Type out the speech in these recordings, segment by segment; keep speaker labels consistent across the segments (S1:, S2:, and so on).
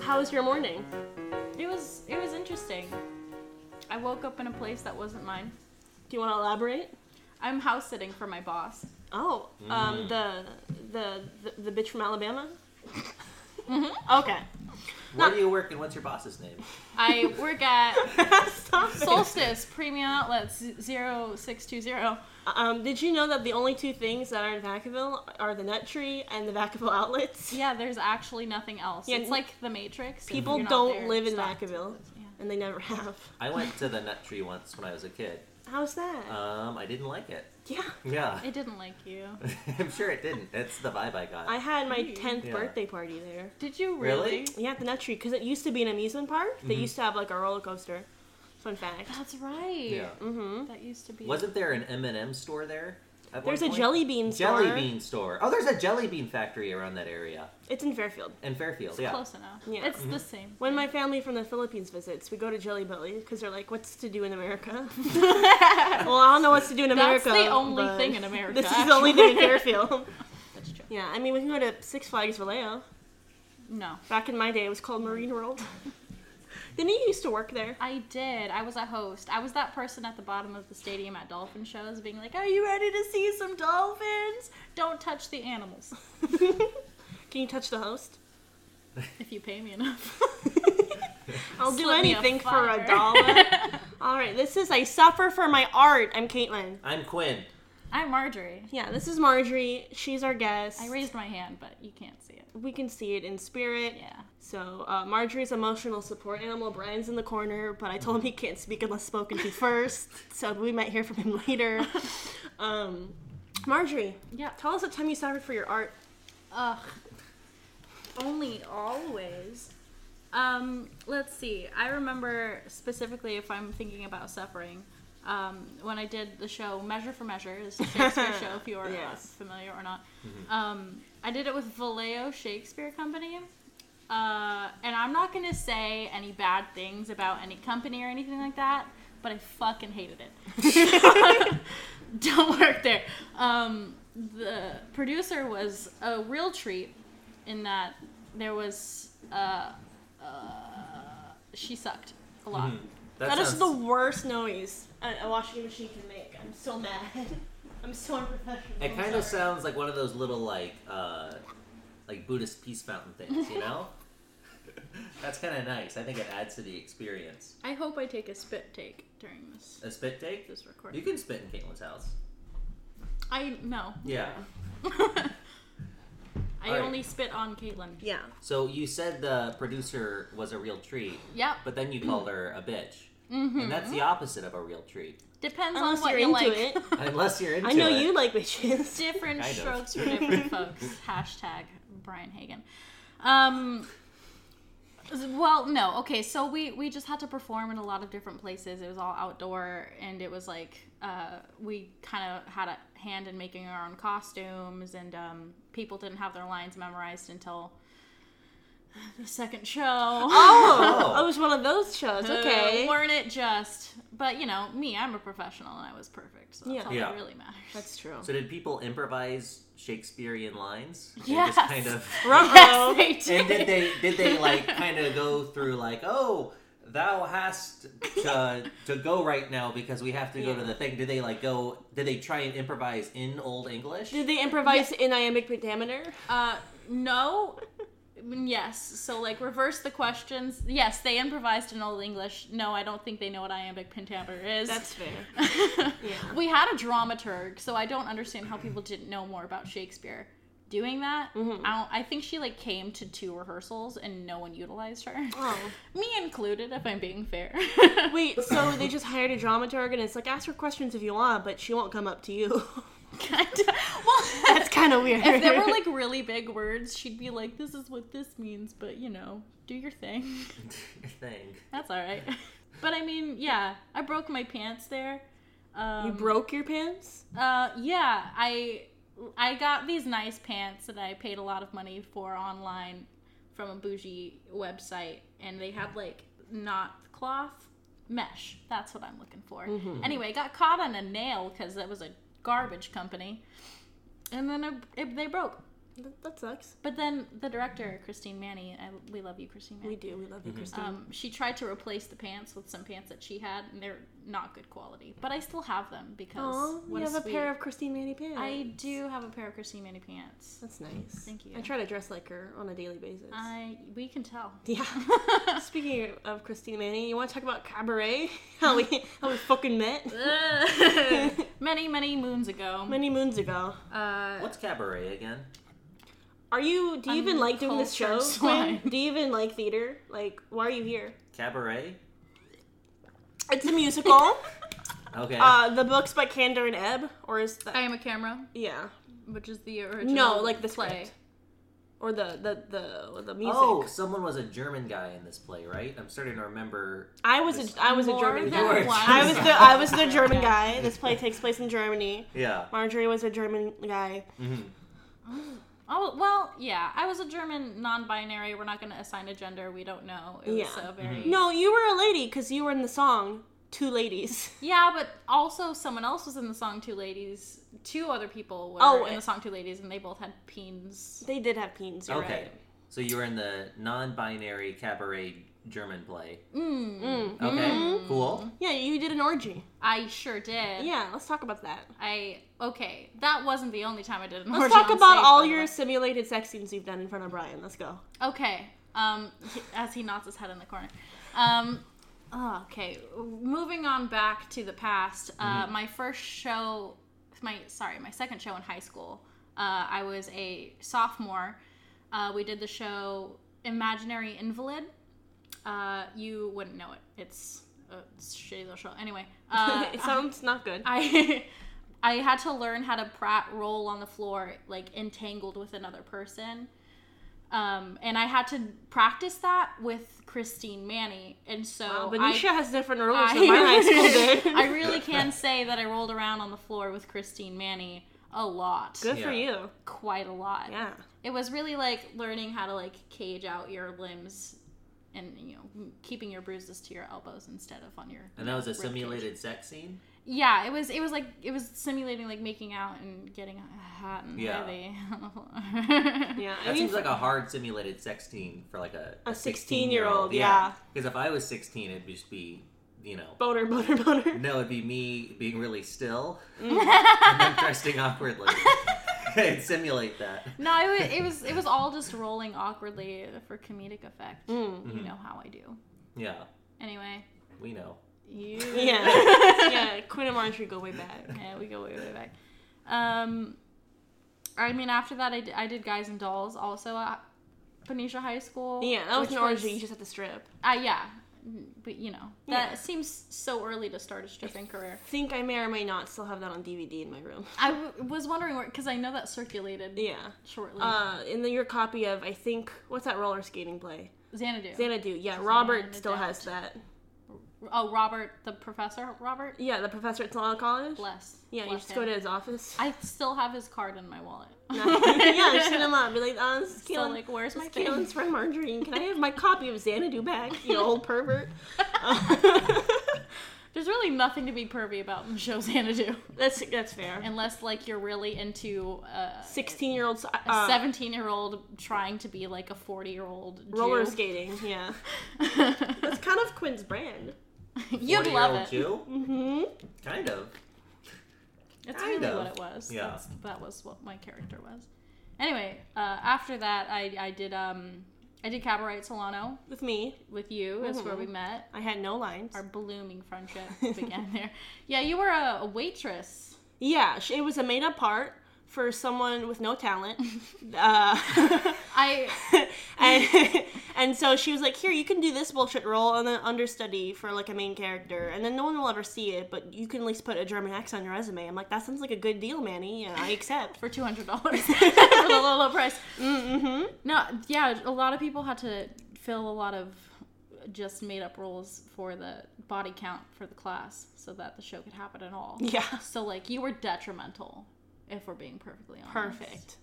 S1: How was your morning?
S2: It was it was interesting. I woke up in a place that wasn't mine.
S1: Do you want to elaborate?
S2: I'm house sitting for my boss.
S1: Oh,
S3: Mm.
S1: um, the, the the the bitch from Alabama. Okay.
S3: Where do you work and what's your boss's name?
S2: I work at
S1: Stop it.
S2: Solstice Premium Outlets 0620.
S1: Um, did you know that the only two things that are in Vacaville are the nut tree and the Vacaville outlets?
S2: Yeah, there's actually nothing else.
S1: Yeah,
S2: it's like the Matrix. If
S1: People
S2: you're not
S1: don't
S2: there,
S1: live in
S2: stop.
S1: Vacaville,
S2: Yeah.
S1: and they never have.
S3: I went to the nut tree once when I was a kid.
S1: How's that?
S3: Um, I didn't like it.
S1: yeah.
S3: Yeah.
S2: It didn't like you.
S3: I'm sure it didn't. That's the vibe I got.
S1: I had my
S2: Hey.
S1: 10th
S3: Yeah.
S1: birthday party there.
S2: Did you really?
S3: Really?
S1: Yeah, at the nut tree, because it used to be an amusement park.
S3: Mm-hmm.
S1: They used to have like a roller coaster. Fun fact.
S2: That's right.
S3: Yeah.
S1: Mm-hmm.
S2: That used to be.
S3: Wasn't there an M&M store there? at one
S1: There's a
S3: point?
S1: jelly bean store.
S3: Jelly bean store. Oh, there's a jelly bean factory around that area
S1: It's in Fairfield.
S3: in Fairfield.
S2: It's
S3: yeah. Mm-hmm.
S2: close enough.
S1: Yeah.
S2: It's the same.
S1: When my family from the Philippines visits, we go to Jelly Belly because they're like, "What's to do in America?" well, I don't know what's to do in
S2: That's
S1: America.
S2: the only
S1: but
S2: thing in America.
S1: This is the only thing in
S2: actually.
S1: Fairfield.
S2: That's true.
S1: yeah, I mean, we can go to Six Flags Vallejo.
S2: No.
S1: Back in my day, it was called Marine World. Didn't you used to work there?
S2: I did. I was a host. I was that person at the bottom of the stadium at dolphin shows being like, Are you ready to see some dolphins? Don't touch the animals
S1: Can you touch the host?
S2: if you pay me enough.
S1: I'll do
S2: Slip me a
S1: anything for a
S2: fiver.
S1: dollar. All right, this is I suffer for my art. I'm Caitlin.
S3: I'm Quinn.
S2: I'm Marjorie.
S1: Yeah, this is Marjorie. She's our guest.
S2: I raised my hand, but you can't see it.
S1: we can see it in spirit.
S2: Yeah.
S1: So uh, Marjorie's emotional support animal. Brian's in the corner, but I told him he can't speak unless spoken to first. so we might hear from him later. Um, Marjorie,
S2: Yeah.
S1: tell us the time you suffered for your art.
S2: Ugh. Only always. Um, let's see. I remember specifically if I'm thinking about suffering, um, when I did the show Measure for Measure, it's a Shakespeare show if you're
S1: Yes.
S2: uh, familiar or not. Um, I did it with Vallejo Shakespeare Company. Uh, and I'm not gonna say any bad things about any company or anything like that, but I fucking hated it don't work there. Um, the producer was a real treat in that there was uh, uh, she sucked a lot.
S3: Mm-hmm. That,
S1: that
S3: sounds,
S1: is the worst noise a, a washing machine can make. I'm so mad. I'm so unprofessional.
S3: It
S1: I'm
S3: kind of
S1: sorry.
S3: sounds like one of those little like uh, like Buddhist peace mountain things, you know? That's kind of nice. I think it adds to the experience.
S2: I hope I take a spit take during this
S3: A spit take?
S2: this
S3: You
S2: recording.
S3: can spit in Caitlin's house.
S2: I no.
S3: Yeah.
S2: I
S3: Alright.
S2: only spit on Caitlin.
S1: Yeah.
S3: So you said the producer was a real treat,
S2: Yep.
S3: but then you called her a bitch. Mm-hmm. And that's the opposite of a real treat.
S2: Depends
S1: Unless
S2: on what
S1: you're
S2: you
S1: into
S2: like.
S1: it.
S3: Unless you're into
S1: I know
S3: it.
S1: you like witches.
S2: different
S3: Kind of.
S2: strokes for different folks. Hashtag Brian Hagan. Um, well, no, okay. So we we just had to perform in a lot of different places. It was all outdoor, and it was like uh, we kind of had a hand in making our own costumes, and um, people didn't have their lines memorized until the second show.
S1: Oh,
S3: Oh.
S1: it was one of those shows. Okay.
S2: Uh, weren't it just? But you know, me, I'm a professional, and I was perfect. So that's
S1: Yeah.
S2: all
S3: Yeah.
S2: that really matters.
S1: That's true.
S3: So did people improvise Shakespearean lines? They
S2: Yes.
S3: Just kind of.
S1: Ruh-roh.
S2: Yes, they
S3: And did they did they like kind of go through like oh thou hast to to go right now because we have to go to the thing? Did they like go? Did they try and improvise in Old English?
S1: Did they improvise in iambic pentameter?
S2: Uh, no. Yes. So, like, reverse the questions. Yes, they improvised in Old English. No, I don't think they know what iambic pentameter is.
S1: That's fair. yeah.
S2: we had a dramaturg, so I don't understand how people didn't know more about Shakespeare doing that.
S1: Mm-hmm.
S2: I, don't, I think she, like, came to two rehearsals and no one utilized her.
S1: Oh.
S2: Me included, if I'm being fair.
S1: Wait, so they just hired a dramaturg and it's like, ask her questions if you want, but she won't come up to you.
S2: Kinda. Well,
S1: That's kind of weird.
S2: If there were like really big words, she'd be like, "This is what this means," but you know, do your thing.
S3: thing.
S2: That's all right. But I mean, yeah, I broke my pants there. Um,
S1: you broke your pants?
S2: Uh, yeah, I I got these nice pants that I paid a lot of money for online from a bougie website, and they had like not cloth mesh. That's what I'm looking for.
S1: Mm-hmm.
S2: Anyway, got caught on a nail because that was a garbage company, and then it, it, they broke.
S1: That, that sucks.
S2: But then the director, Christine Manny, I, we love you, Christine
S1: We
S2: Manny.
S1: do. We love you, Christine.
S2: Um, she tried to replace the pants with some pants that she had, and they're not good quality. But I still have them because
S1: Aw,
S2: what
S1: you have a
S2: sweet-
S1: pair of Christine Manny pants.
S2: I do have a pair of Christine Manny pants.
S1: That's nice.
S2: Thank you.
S1: I try to dress like her on a daily basis.
S2: I we can tell.
S1: yeah. Speaking of Christine Manny, you want to talk about cabaret? How we how we fucking met
S2: many many moons ago.
S1: many moons ago.
S2: Uh,
S3: What's cabaret again?
S1: Are you? Do you even like doing this show?
S2: Uncultured
S1: Quinn?
S2: swine.
S1: Do you even like theater? Like, why are you here?
S3: Cabaret?
S1: It's a musical.
S3: Okay.
S1: uh, the books by Candor and Ebb, or is that?
S2: I am a camera,
S1: yeah.
S2: which is the original.
S1: No, like the
S2: play.
S1: script. Or the the the the music.
S3: oh, someone was a German guy in this play, right? I'm starting to remember.
S1: I was a I was a
S2: More
S1: German
S2: than
S3: You were
S1: guy.
S3: a
S2: one.
S1: I was the I was the German
S2: Yeah.
S1: guy. This play takes place in Germany.
S3: Yeah.
S1: Marjorie was a German guy.
S3: Mhm.
S2: Oh well, yeah. I was a German non-binary. We're not going to assign a gender. We don't know. It was
S1: Yeah.
S2: so very.
S1: No, you were a lady because you were in the song Two Ladies.
S2: Yeah, but also someone else was in the song Two Ladies. Two other people were
S1: Oh,
S2: in the
S1: it-
S2: song Two Ladies, and they both had peens.
S1: They did have peens. You're
S3: Okay.
S1: Right.
S3: So you were in the non-binary cabaret German play.
S2: Mm,
S1: Mm.
S3: Okay. Cool.
S1: Yeah, you did an orgy.
S2: I sure did.
S1: Yeah, let's talk about that.
S2: I okay. That wasn't the only time I did an
S1: Let's
S2: orgy
S1: talk
S2: on
S1: about
S2: stage, by
S1: all
S2: the
S1: your
S2: way.
S1: simulated sex scenes you've done in front of Brian. Let's go.
S2: Okay. Um, he- as he nods his head in the corner. Um, oh, okay. Moving on back to the past. Uh, my first show, my sorry, my second show in high school. Uh, I was a sophomore. Uh, we did the show Imaginary Invalid. Uh, you wouldn't know it. It's a shitty little show. Anyway, uh,
S1: it sounds not good.
S2: I I had to learn how to prat roll on the floor like entangled with another person. Um, and I had to practice that with Christine Manny. And so
S1: Wow,
S2: I,
S1: Uh, Benicia has different rules
S2: I,
S1: than my high school did.
S2: I really can say that I rolled around on the floor with Christine Manny a lot.
S1: Good for
S3: Yeah.
S1: you.
S2: Quite a lot.
S1: Yeah.
S2: It was really like learning how to like cage out your limbs and you know keeping your bruises to your elbows instead of on your
S3: And that was a
S2: rib cage.
S3: simulated sex scene.
S2: Yeah, it was. It was like it was simulating like making out and getting hot and
S3: Yeah.
S2: heavy. on the floor.
S1: Yeah. I
S3: That
S1: mean,
S3: seems like a hard simulated sex scene for like a
S1: A
S3: 16
S1: 16-year-old, yeah.
S3: Because if I was 16, it'd just be, you know,
S1: boner, boner, boner.
S3: no, it'd be me being really still and then thrusting awkwardly. and simulate that.
S2: No, it was, it was it was all just rolling awkwardly for comedic effect.
S1: Mm.
S2: You know how I do.
S3: Yeah,
S2: Anyway,
S3: we know.
S2: you.
S1: Yeah. yeah. Quinn and Marjorie go way back.
S2: Yeah, we go way way back. Um, I mean, after that, I did, I did Guys and Dolls also at Benicia High School.
S1: Yeah, that was
S2: which
S1: an orgy. You just have to strip.
S2: Uh, yeah, but you know that
S1: Yeah.
S2: seems so early to start a stripping career.
S1: I think I may or may not still have that on DVD in my room.
S2: I w- was wondering where, because I know that circulated
S1: Yeah.
S2: shortly.
S1: Uh, in the, your copy of, I think, what's that roller skating play?
S2: Xanadu.
S1: Xanadu. Yeah, Robert
S2: Xanadu.
S1: still has that.
S2: oh, Robert, the professor, Robert.
S1: Yeah, the professor at Solana College.
S2: Bless.
S1: Yeah, you
S2: Bless
S1: just go
S2: him.
S1: to his office.
S2: I still have his card in my wallet.
S1: yeah, just hit him up. Be like, uh, this is
S2: Still
S1: Keelan.
S2: like, where's
S1: this
S2: my
S1: is Keelan's
S2: thing?
S1: friend Marjorie. Can I have my copy of Xanadu back, you old pervert?
S2: There's really nothing to be pervy about in show Xanadu,
S1: that's that's fair.
S2: unless like you're really into uh,
S1: Sixteen year old
S2: a
S1: uh,
S2: seventeen-year-old trying to be like a forty-year-old
S1: roller
S2: Jew.
S1: skating. Yeah, that's kind of Quinn's brand.
S2: You'd
S3: 40-year-old
S2: love it.
S3: Jew?
S1: Mm-hmm.
S3: Kind of.
S2: It's
S3: Kind
S2: really
S3: of.
S2: what it was.
S3: Yeah.
S2: That's, that was what my character was. Anyway, uh, after that, I, I did um I did cabaret at Solano
S1: With me,
S2: with you. That's where we
S1: Mhm.
S2: met.
S1: I had no lines.
S2: Our blooming friendship began there. Yeah, you were a, a waitress.
S1: Yeah, sh- it was a made up part for someone with no talent. uh,
S2: I
S1: and, and so she was like, "Here, you can do this bullshit role and then understudy for like a main character, and then no one will ever see it, but you can at least put a German accent on your resume." I'm like, "That sounds like a good deal, Manny. Yeah, I accept."
S2: for two hundred dollars for the low low price.
S1: mm-hmm.
S2: No, yeah, a lot of people had to fill a lot of just made up roles for the body count for the class so that the show could happen at all.
S1: Yeah,
S2: So like you were detrimental, if we're being perfectly honest.
S1: perfect.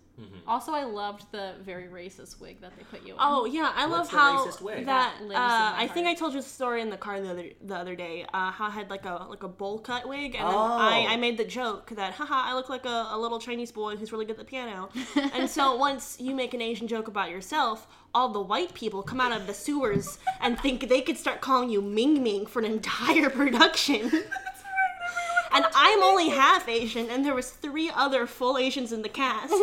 S2: Also, I loved the very racist wig that they put you in.
S1: Oh yeah, I love
S3: What's the
S1: how
S3: racist wig?
S1: that.
S2: That lives in
S1: uh,
S2: my
S1: I think I
S2: heart.
S1: told you the story in the car the other the other day. Uh, how I had like a like a bowl cut wig, and then
S3: Oh.
S1: I, I made the joke that haha I look like a, a little Chinese boy who's really good at the piano. and so once you make an Asian joke about yourself, all the white people come out of the sewers and think they could start calling you Ming Ming for an entire production. And I'm only half Asian, and there was three other full Asians in the cast,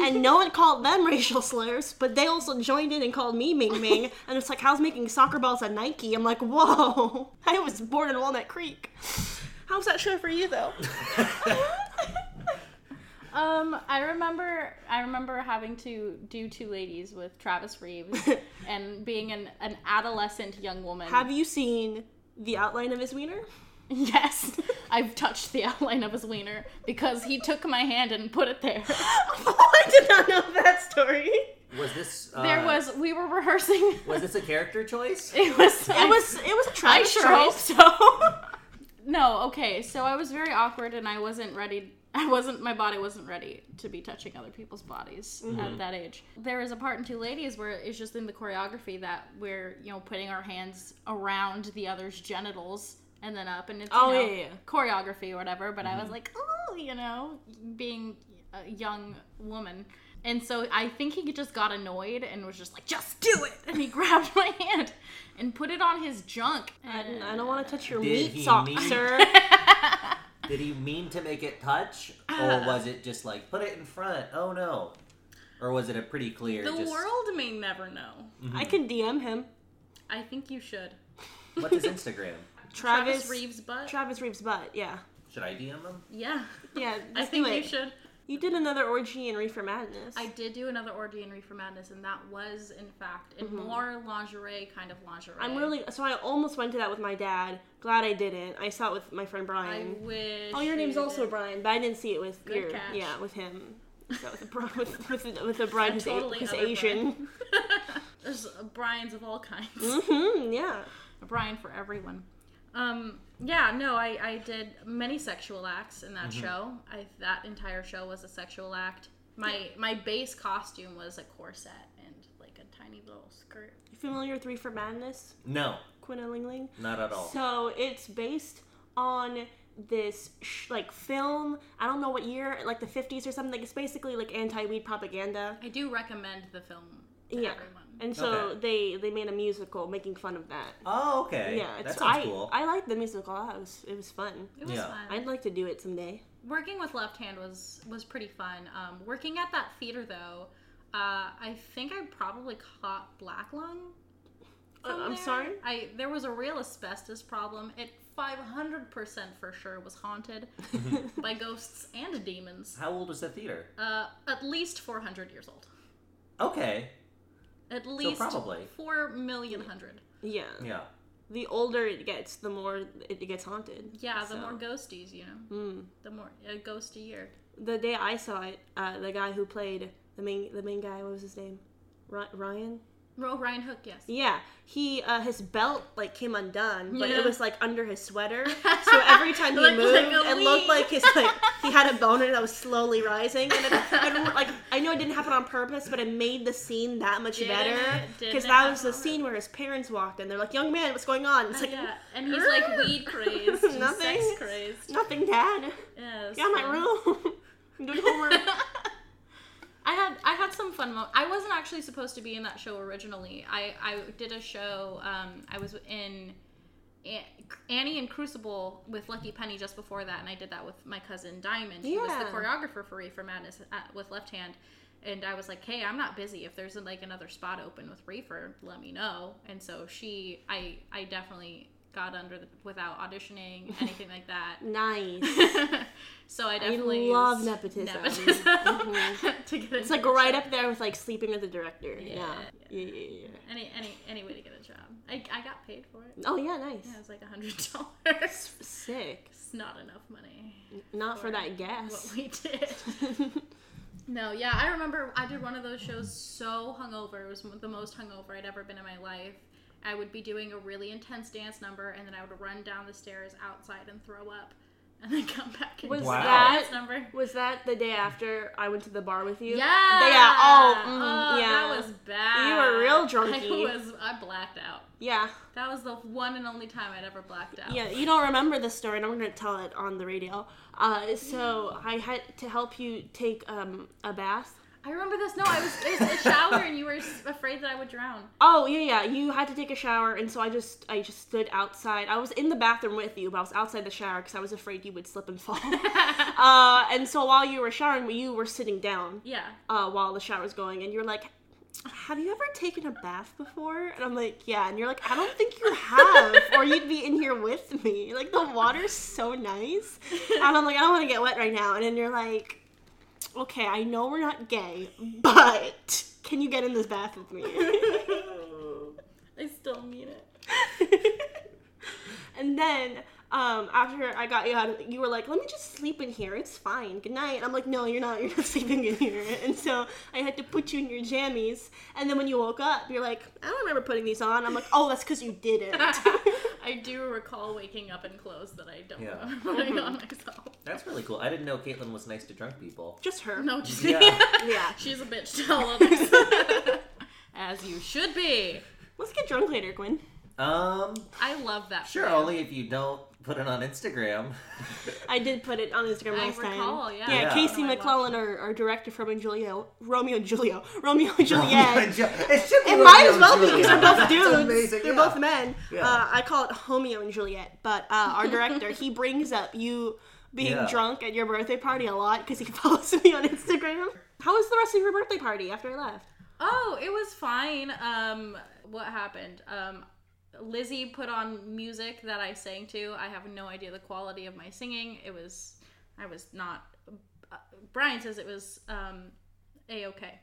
S1: and no one called them racial slurs, but they also joined in and called me Ming Ming. And it's like, how's making soccer balls a Nike? I'm like, whoa! I was born in Walnut Creek. How's that show for you though?
S2: Um, I remember, I remember having to do two ladies with Travis Reeves, and being an, an adolescent young woman.
S1: Have you seen the outline of his wiener?
S2: yes, I've touched the outline of his wiener because he took my hand and put it there.
S1: I did not know that story.
S3: Was this uh,
S2: There was, we were rehearsing.
S3: was this a character choice?
S2: It was.
S1: It was it was a
S2: I
S1: Travis
S2: sure hope
S1: choice.
S2: so. no, okay. So I was very awkward, and I wasn't ready. I wasn't. My body wasn't ready to be touching other people's bodies at that age. There is a part in Two Ladies where it's just in the choreography that we're you know putting our hands around the other's genitals and then up, and it's
S1: Oh,
S2: you know,
S1: yeah, yeah, yeah.
S2: choreography or whatever. But I was like, oh, you know, being a young woman. And so I think he just got annoyed and was just like, just do it. And he grabbed my hand and put it on his junk.
S1: I,
S2: And
S1: I don't want to touch your
S3: Did
S1: meat
S3: he
S1: sock,
S3: mean-
S1: sir.
S3: Did he mean to make it touch,
S1: Uh.
S3: or was it just like put it in front? Oh no, or was it a pretty clear?
S2: The
S3: just,
S2: world may never know.
S1: I can DM him.
S2: I think you should.
S3: What's his Instagram?
S1: Travis, Reeves.
S2: Reeves butt.
S1: Travis Reeves butt. Yeah.
S3: Should I DM him?
S2: yeah,
S1: Yeah,
S2: I
S1: just
S2: think
S1: do
S2: you
S1: it.
S2: should.
S1: You did another orgy in Reefer Madness.
S2: I did do another orgy in Reefer Madness, and that was in fact in more lingerie kind of lingerie.
S1: Mm-hmm. I'm really so I almost went to that with my dad. Glad I didn't. I saw it with my friend
S2: I
S1: Brian.
S2: wish.
S1: oh, your name's
S2: you
S1: also
S2: did.
S1: Brian, but I didn't see it with
S2: Good
S1: your
S2: catch.
S1: yeah with him. So with, a, bro- with, with, with the Brian who's, a-
S2: Totally
S1: who's
S2: other
S1: Asian.
S2: Brian. There's uh, Brian's of all kinds.
S1: hmm yeah.
S2: A Brian for everyone. Um, yeah, no, I, I did many sexual acts in
S1: Mm-hmm.
S2: that show. I, that entire show was a sexual act. My my base costume was a corset and like a tiny little skirt.
S1: You familiar with Reefer Madness,
S3: No,
S1: Quinna Ling Ling?
S3: not at all.
S1: So it's based on this sh- like film. I don't know what year, like the 50s or something. It's basically like anti-weed propaganda.
S2: I do recommend the film to
S1: Yeah.
S2: everyone.
S1: And so
S3: Okay.
S1: they they made a musical making fun of that.
S3: oh okay,
S1: Yeah, it's
S3: that sounds
S1: I
S3: cool.
S1: I liked the musical. a lot. It was it was fun.
S2: It was
S3: Yeah.
S2: fun.
S1: I'd like to do it someday.
S2: working with left hand was was pretty fun um, working at that theater though uh, i think i probably caught black lung
S1: Uh,
S2: from
S1: I'm
S2: there.
S1: sorry?
S2: i there was a real asbestos problem it 500% for sure was haunted
S3: Mm-hmm.
S2: by ghosts and demons
S3: How old was the theater?
S2: uh, at least 400 years old
S3: Okay,
S2: at least
S3: probably.
S2: 4 million hundred
S1: Yeah.
S3: yeah.
S1: The older it gets, the more it, it gets haunted.
S2: yeah the
S1: So,
S2: more ghosties you know
S1: mm.
S2: the more a ghost a year
S1: The day I saw it, uh, the guy who played the main the main guy, what was his name? Ry- Ryan.
S2: oh ryan hook yes
S1: Yeah, he uh, his belt like came undone, but
S2: Yeah.
S1: it was like under his sweater. So every time he
S2: Like-
S1: moved,
S2: like a
S1: it looked
S2: wee.
S1: like his like he had a boner that was slowly rising. And it, and, like I know it didn't happen on purpose, but it made the scene that much
S2: Didn't
S1: better
S2: it? Didn't
S1: because
S2: it
S1: that was the
S2: happen?
S1: scene where his parents walked in. They're like, "Young man, what's going on?" It's like
S2: Oh, Uh, yeah, and he's like weed crazed, and
S1: Nothing.
S2: sex crazed.
S1: nothing, Dad.
S2: Yeah, it was
S1: Get out of
S2: fun.
S1: my room. I'm doing homework.
S2: I had I had some fun moments. I wasn't actually supposed to be in that show originally. I I did a show. Um, I was in An- Annie and Crucible with Lucky Penny just before that, and I did that with my cousin Diamond. He was
S1: Yeah.
S2: the choreographer for Reefer Madness at, with Left Hand. And I was like, "Hey, I'm not busy. If there's like another spot open with Reefer, let me know." And so she, I, I definitely got under the, without auditioning anything like that.
S1: nice.
S2: so I definitely
S1: love
S2: used
S1: nepotism. Mm-hmm.
S2: nepotism to get
S1: It's like right up there with like sleeping with the director. Yeah.
S2: Yeah.
S1: Yeah. Yeah. yeah, yeah.
S2: any any any way to get a job. I, I got paid for it.
S1: Oh yeah, nice.
S2: It was like a hundred dollars.
S1: Sick.
S2: It's not enough money.
S1: Not for that
S2: What
S1: gas.
S2: we did. No, yeah, I remember I did one of those shows so hungover. It was the most hungover I'd ever been in my life. I would be doing a really intense dance number, and then I would run down the stairs outside and throw up. and then come back and
S1: Was
S2: do
S3: Wow.
S2: that
S1: that-
S2: number.
S1: Was that the day after I went to the bar with you?
S2: Yeah.
S1: Yeah, oh, mm,
S2: That
S1: yeah.
S2: was bad.
S1: You were real drunky.
S2: I was. I blacked out.
S1: Yeah.
S2: That was the one and only time I'd ever blacked out.
S1: Yeah, you don't remember this story, and I'm going to tell it on the radio. Uh, so I had to help you take um, a bath.
S2: I remember this. No, I was, it was a shower, and you were s- afraid that I would drown.
S1: Oh yeah, yeah. You had to take a shower, and so I just I just stood outside. I was in the bathroom with you, but I was outside the shower because I was afraid you would slip and fall. uh, and so while you were showering, you were sitting down
S2: Yeah.
S1: uh, while the shower was going, and you're like, "Have you ever taken a bath before?" And I'm like, "Yeah." And you're like, "I don't think you have, or you'd be in here with me. Like the water's so nice." And I'm like, "I don't want to get wet right now." And then you're like, "Okay, I know we're not gay, but can you get in this bath with me?"
S2: I still mean it.
S1: and then um, after I got you out, you were like, "Let me just sleep in here. It's fine. Good night." I'm like, "No, you're not. You're not sleeping in here." And so I had to put you in your jammies. And then when you woke up, you're like, "I don't remember putting these on." I'm like, "Oh, that's because you didn't."
S2: I do recall waking up in clothes that I don't
S3: Yeah.
S2: remember putting on myself.
S3: That's really cool. I didn't know Caitlin was nice to drunk people.
S1: just her.
S2: No, just
S3: Yeah.
S1: Yeah.
S2: She's a bitch to all others. As you should be.
S1: Let's get drunk later, Gwen.
S3: Um,
S2: I love that.
S3: sure,
S2: plan.
S3: only if you don't put it on Instagram.
S1: I did put it on Instagram
S2: I
S1: last
S2: recall,
S1: time.
S2: yeah.
S3: Yeah.
S1: Casey
S2: No, I
S1: McClellan, our, our director from and Julio, Romeo and Julio, Romeo and Juliet.
S3: it should be
S1: It might
S3: Romeo
S1: as well
S3: and
S1: be because
S3: Juliet.
S1: they're both
S3: That's
S1: dudes.
S3: amazing,
S1: They're
S3: yeah.
S1: both men.
S3: Yeah.
S1: Uh, I call it Homeo and Juliet, but uh, our director he brings up you being
S3: Yeah.
S1: drunk at your birthday party a lot because he follows me on Instagram. How was the rest of your birthday party after I left?
S2: Oh, it was fine. Um, what happened? Um, Lizzie put on music that I sang to. I have no idea the quality of my singing. It was, I was not. Uh, Brian says it was um, a okay.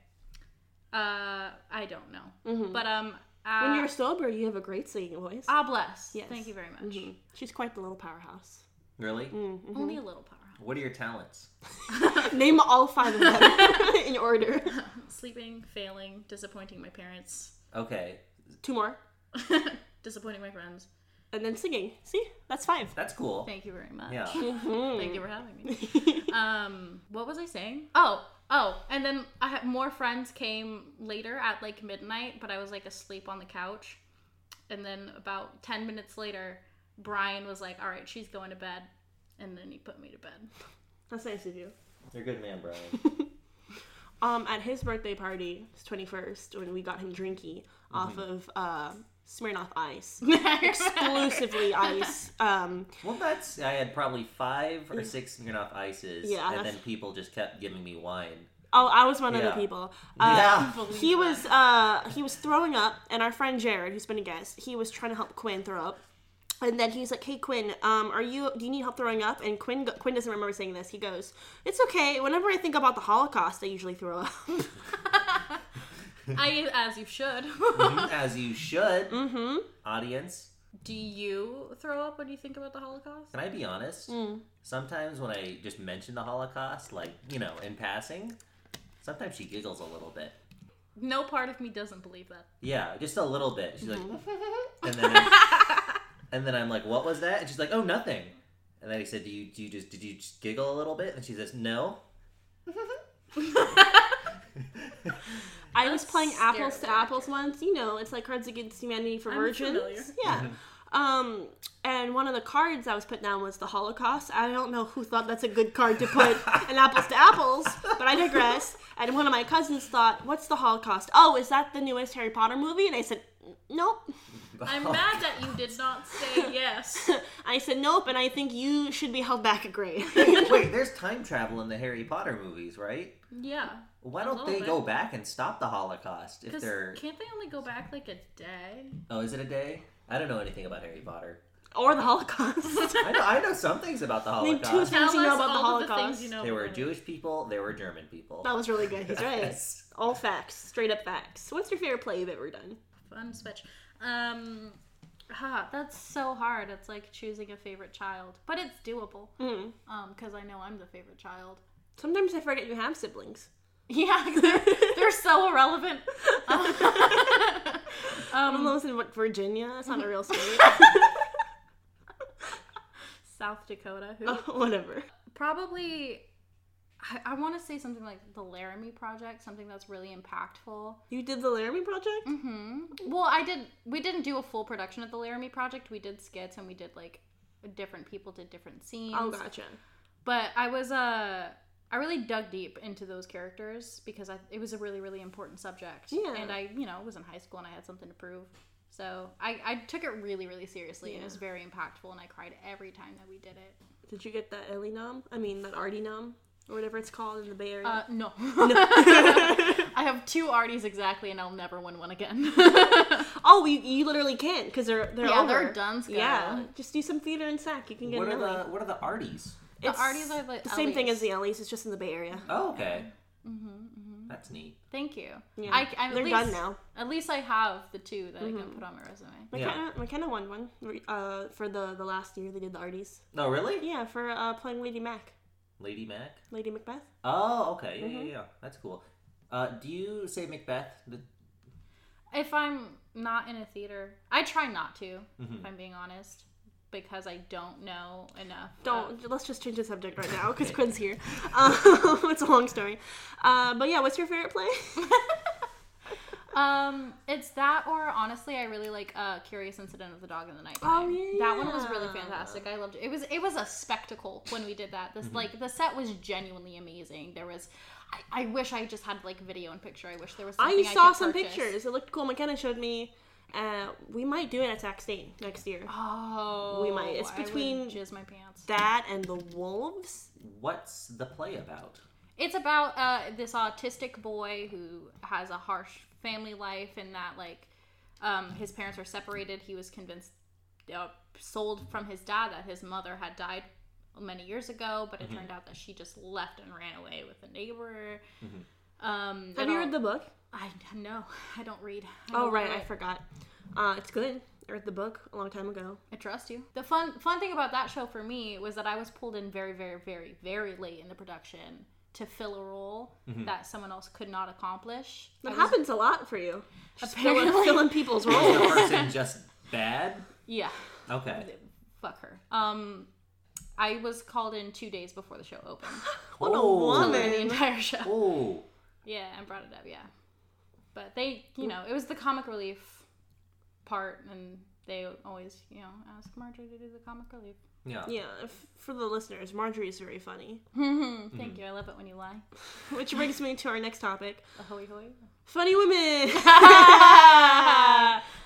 S2: Uh, I don't know, but um, uh,
S1: Mm-hmm. When you're sober, you have a great singing voice.
S2: ah bless.
S1: Yes.
S2: Thank you very much.
S1: Mhm. She's quite the little powerhouse.
S3: Really?
S1: Mm. Mm-hmm.
S2: Only a little power.
S3: What are your talents?
S1: Name all five of them in order.
S2: Sleeping, failing, disappointing my parents,
S3: Okay,
S1: Two more,
S2: disappointing my friends.
S1: and then singing. See, that's five.
S3: that's cool.
S2: Thank you very much.
S3: Yeah.
S2: Thank you for having me. um, what was I saying? Oh, oh, and then I had more friends came later at like midnight, but I was like asleep on the couch. And then about 10 minutes later, Brian was like, "All right, she's going to bed." And then he put me to bed.
S1: That's nice of you.
S3: You're a good man, Brian.
S1: um at his birthday party his 21st when we got him drinky off of uh smirnoff ice exclusively ice um
S3: well, that's I had probably five or six Smirnoff ices,
S1: Yeah,
S3: and
S1: that's-
S3: then people just kept giving me wine.
S1: oh i was one of
S3: Yeah.
S1: the people uh,
S3: yeah.
S1: he was uh he was throwing up and our friend jared who's been a guest he was trying to help quinn throw up and then he's like, "Hey Quinn, um, are you? Do you need help throwing up?" And Quinn, go- Quinn doesn't remember saying this. He goes, "It's okay. Whenever I think about the Holocaust, I usually throw up."
S2: I as you should.
S3: As you should. Mm-hmm. Audience,
S2: Do you throw up when you think about the Holocaust?
S3: can I be honest? Sometimes when I just mention the Holocaust, like, you know, in passing, sometimes she giggles a little bit.
S2: No part of me doesn't believe that.
S3: Yeah, just a little bit. She's like, and then, and then I'm like, what was that? And she's like, oh, nothing. And then he said, do you, do you just, did you just giggle a little bit? And she says, no.
S1: I was playing apples to
S2: stereotype.
S1: apples once. You know, it's like Cards Against Humanity for
S2: I'm
S1: virgins.
S2: familiar.
S1: Yeah. Um, and one of the cards I was put down was the Holocaust. I don't know who thought that's a good card to put in apples to apples, but I digress. And one of my cousins thought, "What's the Holocaust? Oh, is that the newest Harry Potter movie?" And I said, "Nope."
S2: I'm
S3: Oh.
S2: mad that you did not say yes.
S1: I said, "Nope," and I think you should be held back a grade.
S3: Wait, there's time travel in the Harry Potter movies, right?
S2: Yeah.
S3: Why
S2: A
S3: don't
S2: little
S3: they
S2: bit.
S3: go back and stop the Holocaust if
S2: Cuz
S3: they're?
S2: can't they only go back like a day?
S3: Oh, is it a day? I don't know anything about Harry Potter.
S1: or the Holocaust.
S3: I know, I know some things about the
S1: Name two
S3: Holocaust.
S1: things you know
S2: us
S1: about the
S2: all of
S1: Holocaust.
S2: things you know
S3: They were
S2: about it.
S3: Jewish people. They were German people.
S1: That was really good. He's right.
S3: Yes.
S1: All facts, straight up facts. What's your favorite play you've ever done?
S2: Fun switch. Um, ha, that's so hard. It's like choosing a favorite child, but it's doable.
S1: Mm.
S2: Um, because I know I'm the favorite child.
S1: Sometimes I forget you have siblings.
S2: Yeah, they're, they're so irrelevant. Mm-hmm.
S1: One of those in what, Virginia. That's not a real state.
S2: South Dakota who
S1: Oh, whatever.
S2: probably I, I want to say something like the Laramie Project, something that's really impactful.
S1: You did the Laramie project?
S2: hmm Well, I did. We didn't do a full production of the Laramie Project. We did skits and we did like different people did different scenes.
S1: Oh, gotcha.
S2: But I was uh I really dug deep into those characters because I, it was a really really important subject.
S1: Yeah.
S2: And I you know was in high school and I had something to prove. So I, I took it really really seriously and it was
S1: Yeah.
S2: very impactful and I cried every time that we did it.
S1: Did you get that E Ellie nom? I mean, that Artie nom? Or whatever it's called in the Bay Area?
S2: Uh, no. I have two Arties exactly, and I'll never win one again. Mm-hmm, yeah,
S1: oh, you, you literally can, because they're, they're over.
S2: they're done. Scott.
S1: Yeah, just do some theater in SAC. You can get
S3: What
S1: an
S3: are
S1: Ellie.
S3: the what are the Arties?
S2: The
S1: It's
S2: Arties are the E
S1: same thing
S2: Ellies.
S1: as the Ellies. It's just in the Bay Area.
S2: Mm-hmm.
S3: Oh, okay. That's neat.
S2: Thank you.
S1: Yeah.
S2: I, I, at
S1: They're
S2: least,
S1: done now. Mm-hmm.
S2: At least I have the two that I can put on my resume.
S3: Yeah.
S1: McKenna, McKenna won one re- uh, for the, the last year they did the Arties.
S3: Oh, really?
S1: Yeah, for uh, playing Lady Mac,
S3: Lady Mac.
S1: Lady Macbeth.
S3: Oh, okay. Yeah, yeah, yeah. That's cool. Uh, do you say Macbeth? The-
S2: If I'm not in a theater, I try not to. If I'm being honest, because I don't know enough.
S1: Don't let's just change the subject right now because Quinn's here. Um, it's a long story, uh, but yeah, what's your favorite play?
S2: Um, it's that or honestly, I really like uh, Curious Incident of the Dog in the Night.
S1: Oh, yeah.
S2: that one was really fantastic. I loved it. It was it was a spectacle when we did that. This like the set was genuinely amazing. There was, I, I wish I just had like video and picture. I wish there was.
S1: I
S2: Something
S1: saw
S2: could
S1: some
S2: purchase.
S1: pictures. It looked cool. McKenna showed me. Uh, we might do it at Sac State next year.
S2: Oh,
S1: We might. It's
S2: I would
S1: between-
S2: jizz my pants.
S1: That and the wolves.
S3: What's the play about?
S2: It's about uh, this autistic boy who has a harsh family life, and that like um, his parents are separated. He was convinced, uh, sold from his dad that his mother had died many years ago, but it turned out that she just left and ran away with a neighbor. Um,
S1: Have you read the book?
S2: I no, I don't read. I
S1: Oh
S2: don't
S1: right,
S2: read.
S1: I forgot. Uh, it's good. I read the book a long time ago.
S2: I trust you. The fun fun thing about that show for me was that I was pulled in very, very, very, very late in the production to fill a role that someone else could not accomplish.
S1: That
S2: I was-
S1: happens a lot for you. Just filling,
S2: Apparently.
S1: filling people's
S3: Is the
S1: roles.
S3: person just bad?
S2: Yeah,
S3: Okay.
S2: fuck her. Um, I was called in two days before the show opened.
S1: what a
S3: Oh.
S2: For the
S1: woman!
S2: entire show.
S3: Oh,
S2: Yeah, and brought it up. Yeah, but they, you know, it was the comic relief part, and they always, you know, ask Marjorie to do the comic relief.
S3: yeah.
S1: Yeah, f- for the listeners, Marjorie is very funny. Mm-hmm.
S2: Thank you. I love it when you lie.
S1: Which brings me to our next topic:
S2: Ahoy, hoy.
S1: funny women.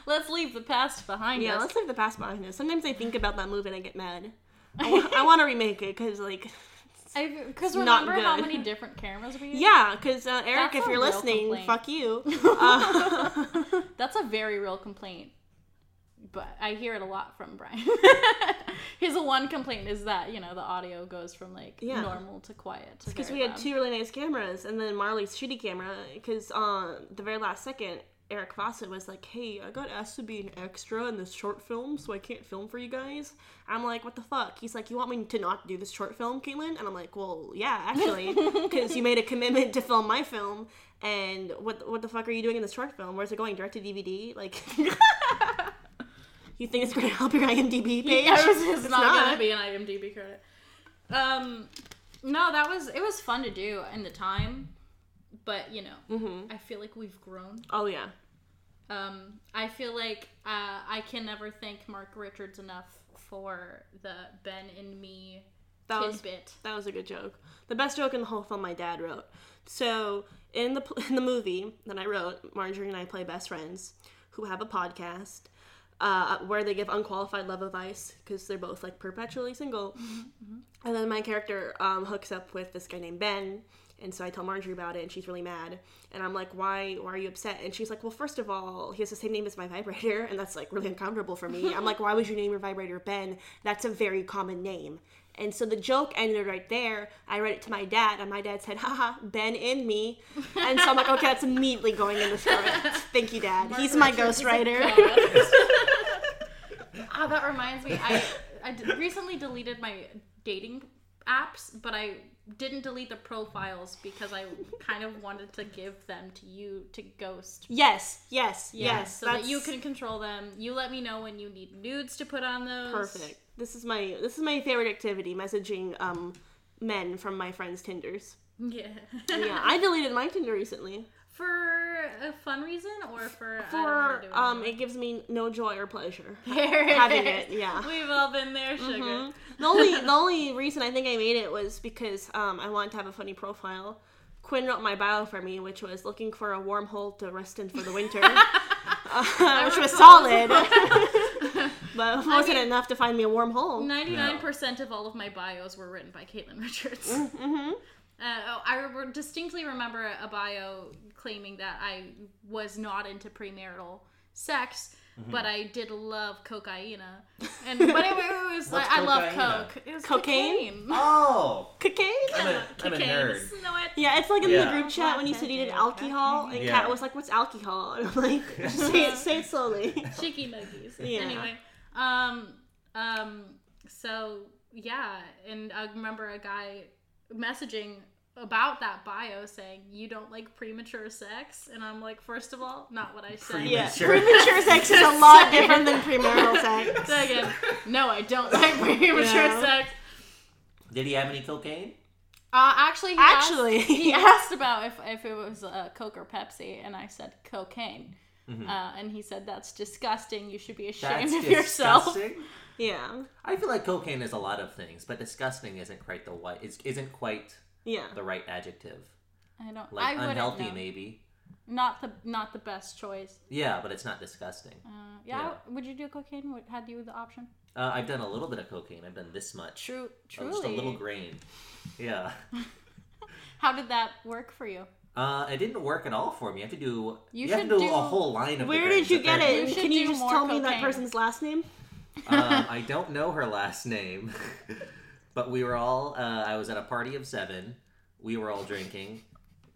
S2: let's leave the past behind
S1: Yeah,
S2: us.
S1: let's leave the past behind us. Sometimes I think about that movie and I get mad. I, wa- I want to remake it because, like,
S2: Because
S1: Not
S2: remember how
S1: good.
S2: many different cameras we used?
S1: yeah, because uh, Eric,
S2: That's
S1: if
S2: a
S1: you're
S2: real
S1: listening,
S2: complaint.
S1: fuck you. Uh,
S2: That's a very real complaint. But I hear it a lot from Brian. His one complaint is that, you know, the audio goes from like
S1: Yeah.
S2: normal to quiet. to
S1: because
S2: very
S1: we had
S2: loud.
S1: two really nice cameras and then Marley's shitty camera because uh, the very last second Eric Fawcett was like, "Hey, I got asked to be an extra in this short film, so I can't film for you guys." I'm like, "What the fuck?" He's like, "You want me to not do this short film, Caitlin?" And I'm like, "Well, yeah, actually, because you made a commitment to film my film." And what what the fuck are you doing in this short film? Where's it going? Direct to DVD? Like, you think it's going to help your IMDb page?
S2: Yeah, it was- it's, not,
S1: not.
S2: gonna be an IMDb credit. Um, no, that was it was fun to do in the time, but you know,
S1: Mm-hmm.
S2: I feel like we've grown.
S1: Oh yeah,
S2: Um, I feel like uh, I can never thank Mark Richards enough for the Ben and me
S1: that was
S2: tidbit.
S1: That was a good joke. The best joke in the whole film my dad wrote. So in the pl- in the movie that I wrote, Marjorie and I play best friends who have a podcast uh, where they give unqualified love advice because they're both like perpetually single. And then my character um, hooks up with this guy named Ben. And so I tell Marjorie about it, and she's really mad. And I'm like, "Why? Why are you upset?" And she's like, "Well, first of all, he has the same name as my vibrator, and that's like really uncomfortable for me." I'm like, "Why would you name your vibrator Ben? That's a very common name." And so the joke ended right there. I read it to my dad, and my dad said, "Haha, Ben and me." And so I'm like, "Okay, that's immediately going in the script." Thank you, Dad. He's my ghostwriter.
S2: Ah, that reminds me. I, I d- recently deleted my dating apps, but I didn't delete the profiles because I kind of wanted to give them to you to ghost.
S1: Yes, yes,
S2: Yeah,
S1: yes.
S2: so that you can control them. You let me know when you need nudes to put on those.
S1: perfect. This is my this is my favorite activity: messaging um men from my friends' Tinders.
S2: Yeah.
S1: Yeah, I deleted my Tinder recently
S2: for a fun reason or for I don't wanna
S1: for
S2: do it
S1: um
S2: anymore?
S1: it gives me no joy or pleasure.
S2: There it
S1: having
S2: is.
S1: it, yeah.
S2: We've all been there, sugar.
S1: Mhm. The only the only reason I think I made it was because um, I wanted to have a funny profile. Quinn wrote my bio for me, which was looking for a warm hole to rest in for the winter, uh, which was
S2: recall.
S1: solid, but wasn't
S2: mean-
S1: enough to find me a warm hole.
S2: Ninety-nine percent of all of my bios were written by Caitlin Richards.
S3: Mm, mm-hmm.
S1: hmm
S2: Uh, oh, I re- distinctly remember a bio claiming that I was not into premarital sex,
S3: Mm-hmm.
S2: but I did love cocaina. And but it, it was like
S3: What's
S2: I love
S3: cocaina?
S2: coke. It was
S1: Cocaine?
S2: cocaine.
S3: Oh,
S1: Cocaine.
S3: I'm a, I'm a
S2: Cocaine.
S3: nerd.
S2: You know what?
S1: Yeah, it's like in
S3: Yeah.
S1: the group chat when you said you did alcohol, and
S3: Yeah.
S1: Kat was like, "What's alcohol?" And I'm like, "Say it, say it slowly."
S2: Cheeky nuggies.
S1: Yeah.
S2: Anyway, um, um, so yeah, and I remember a guy messaging about that bio saying you don't like premature sex, and I'm like, first of all, not what I said.
S3: Premature.
S1: Yeah, premature sex is a lot different than premarital sex.
S2: Second, no, I don't like premature
S1: Yeah.
S2: sex.
S3: Did he have any cocaine?
S2: Uh, actually, he
S1: Actually,
S2: asked, he
S1: yeah.
S2: asked about if, if it was uh, Coke or Pepsi, and I said cocaine. Uh, and he said, "That's disgusting. You should be ashamed
S3: Mm-hmm. That's
S2: of yourself."
S3: disgusting.
S1: Yeah,
S3: I feel like cocaine is a lot of things, but disgusting isn't quite the white is isn't quite
S1: yeah.
S3: the right adjective.
S2: I don't.
S3: Like
S2: I wouldn't
S3: unhealthy,
S2: know.
S3: maybe.
S2: Not the not the best choice.
S3: Yeah, but it's not disgusting.
S2: Uh, yeah,
S3: Yeah.
S2: would you do cocaine? Would, had you the option?
S3: Uh, I've done a little bit of cocaine. I've done this much.
S2: True,
S3: Uh,
S2: truly.
S3: just a little grain. Yeah.
S2: How did that work for you?
S3: Uh, it didn't work at all for me. I have to do.
S2: You
S3: You, have to
S2: should
S3: do,
S2: do-
S3: a whole line of. the
S1: Where
S3: grains,
S1: did you get
S3: apparently.
S1: it?
S2: You should
S1: Can you
S2: do
S1: just
S2: more
S1: tell me that
S2: cocaine.
S1: person's last name?
S3: um, I don't know her last name, but we were all. Uh, I was at a party of seven. We were all drinking.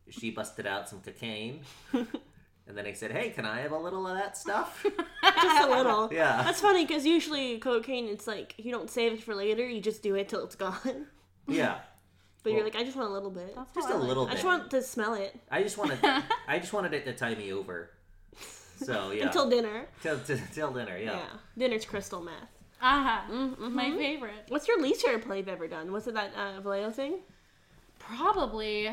S3: She busted out some cocaine, and then I said, "Hey, can I have a little of that stuff?"
S1: Just a little.
S3: Yeah.
S1: That's funny because usually cocaine, it's like you don't save it for later. You just do it till it's gone. But
S3: yeah,
S1: you're
S3: Well-
S1: like, I just want a little bit.
S2: That's
S3: just
S2: how
S3: a
S2: I like
S3: little
S1: I
S3: bit.
S1: just want to smell it
S3: I just wanted. I just wanted it to tie me over. So yeah,
S1: until dinner.
S3: till, till, till dinner.
S1: Yeah.
S3: Yeah.
S1: Dinner's crystal meth.
S2: it. Ah,
S1: Mm-hmm.
S2: my favorite.
S1: What's your least favorite play you've ever done? Was it that uh, Vallejo thing?
S2: Probably.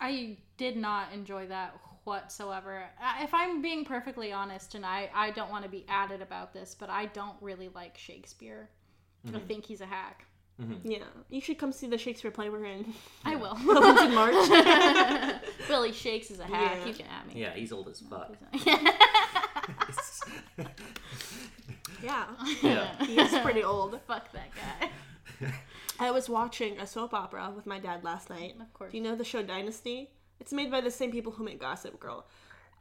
S2: I did not enjoy that whatsoever. Uh, If I'm being perfectly honest, and I, I don't want to be added about this, but I don't really like Shakespeare. I
S3: Mm-hmm.
S2: think he's a hack.
S1: Yeah. You should come see the Shakespeare play we're in.
S2: I will.
S1: Opens in March.
S2: Billy Shakes is a hack.
S1: Yeah.
S2: You can at me.
S3: Yeah, he's old as fuck.
S1: yeah.
S3: yeah.
S1: He's pretty old.
S2: Fuck that guy.
S1: I was watching a soap opera with my dad last night.
S2: Of course.
S1: Do you know the show Dynasty? It's made by the same people who make Gossip Girl.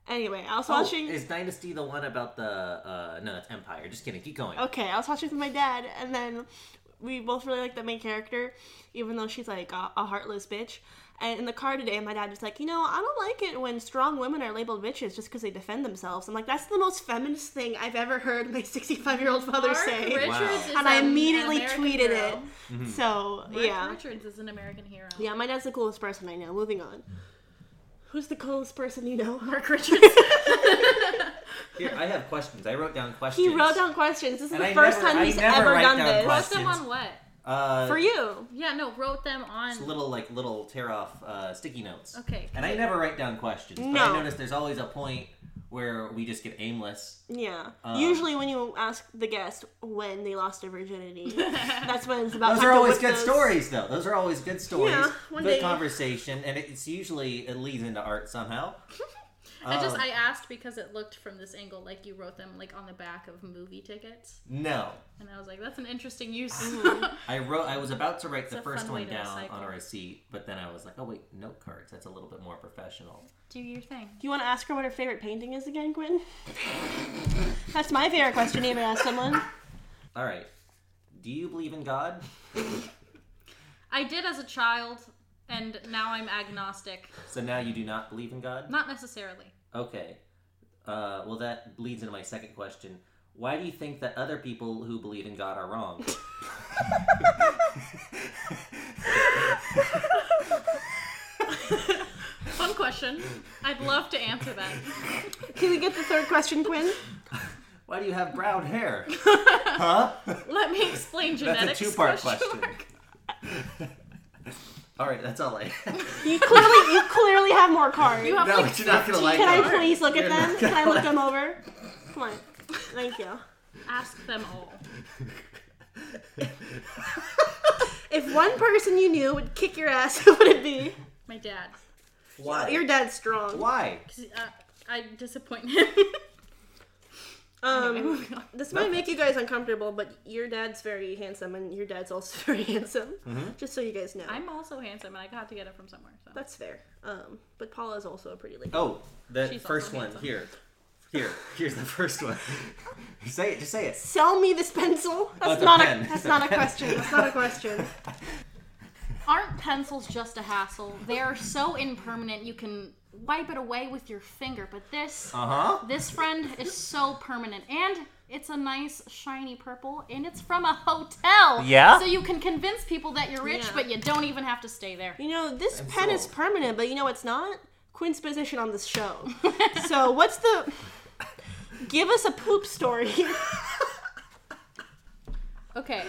S1: Anyway, I was
S3: Oh,
S1: watching.
S3: is Dynasty the one about the? Uh, no, that's Empire. Just kidding. Keep going.
S1: Okay, I was watching with my dad, and then we both really like the main character, even though she's like a, a heartless bitch. And in the car today, my dad was like, you know, I don't like it when strong women are labeled bitches just because they defend themselves. I'm like, that's the most feminist thing I've ever heard my 65 year old father
S2: Mark
S1: say.
S2: Richards
S3: Wow.
S2: is
S1: And I
S2: an
S1: immediately
S2: American
S1: tweeted
S2: hero.
S3: Mm-hmm.
S1: it. So
S2: Mark
S1: yeah,
S2: Richards is an American hero.
S1: yeah, my dad's the coolest person I know. Moving on.
S3: Mm-hmm.
S1: Who's the coolest person you know?
S2: Mark Richards.
S3: Here, I have questions. I wrote down questions.
S1: He wrote down questions. This is
S3: And
S1: the
S3: I
S1: first
S3: never-
S1: time
S3: I
S1: he's
S3: never
S1: ever
S3: write
S1: done
S3: down
S1: this.
S2: Wrote
S3: questions.
S2: them on what?
S3: uh,
S1: For you.
S2: Yeah, no, wrote them on.
S3: it's little like little tear off uh, sticky notes.
S2: Okay.
S3: And I never write down questions, but
S1: No.
S3: I notice there's always a point where we just get aimless.
S1: Yeah.
S3: Um,
S1: Usually, when you ask the guest when they lost their virginity, that's when it's about.
S3: Those
S1: time
S3: are
S1: to
S3: always
S1: whip
S3: good
S1: those-
S3: stories, though. Those are always good stories.
S1: Yeah, one
S3: good
S1: day.
S3: conversation, and it's usually it leads into art somehow.
S2: I just
S3: Um,
S2: I asked because it looked from this angle like you wrote them like on the back of movie tickets,
S3: no.
S2: and I was like, that's an interesting use.
S3: I wrote. I was about to write the
S2: a
S3: first
S2: fun way
S3: one
S2: to
S3: down
S2: recycle.
S3: on a receipt, but then I was like, "Oh wait, note cards. That's a little bit more professional."
S2: Do your thing.
S1: Do you want to ask her what her favorite painting is again, Gwen? that's my favorite question you ever ask someone.
S3: All right. Do you believe in God?
S2: I did as a child, and now I'm agnostic.
S3: So now you do not believe in God?
S2: Not necessarily.
S3: Okay. Uh, well, that leads into my second question. Why do you think that other people who believe in God are wrong?
S2: Fun question. I'd love to answer that.
S1: Can we get the third question, Quinn?
S3: Why do you have brown hair? huh?
S2: Let me explain
S3: That's
S2: genetics.
S3: a two-part
S2: question
S3: question.
S2: mark.
S3: all right, that's all I.
S1: You clearly, you clearly have more cards.
S2: You have
S3: no,
S2: like
S3: you're not gonna
S2: 15
S3: like
S1: Can I
S3: that.
S1: please look at
S3: You're not
S1: them?
S3: gonna
S1: Can I look
S3: like-
S1: them over? Come on. Thank you.
S2: Ask them all.
S1: If one person you knew would kick your ass, who would it be?
S2: My dad.
S3: Why?
S1: Uh, Your dad's strong.
S3: Why?
S2: 'Cause, uh, I disappoint him. Anyway,
S1: Um,
S2: moving on.
S1: this might make you guys uncomfortable, but your dad's very handsome, and your dad's also very handsome.
S3: Mm-hmm.
S1: Just so you guys know,
S2: I'm also handsome, and I got to get it from somewhere. So.
S1: that's fair. Um, but Paula's also a pretty lady.
S3: Oh, the
S2: She's
S3: first
S2: also
S3: one
S2: handsome.
S3: here. Here, here's the first one. say it. Just say it.
S1: Sell me this pencil. That's
S3: That's a
S1: not a.
S3: Oh, pen.
S1: That's
S3: It's a
S1: not a
S3: pen.
S1: question. That's not a question.
S2: Aren't pencils just a hassle? They are so impermanent. You can wipe it away with your finger, but this
S3: Uh huh.
S2: this friend is so permanent, and it's a nice shiny purple, and it's from a hotel.
S3: Yeah?
S2: So you can convince people that you're rich,
S1: Yeah.
S2: but you don't even have to stay there.
S1: You know, this
S3: I'm
S1: pen is
S3: sold.
S1: permanent, but you know what's not? Quinn's position on this show. so what's the? Give us a poop story.
S2: Okay.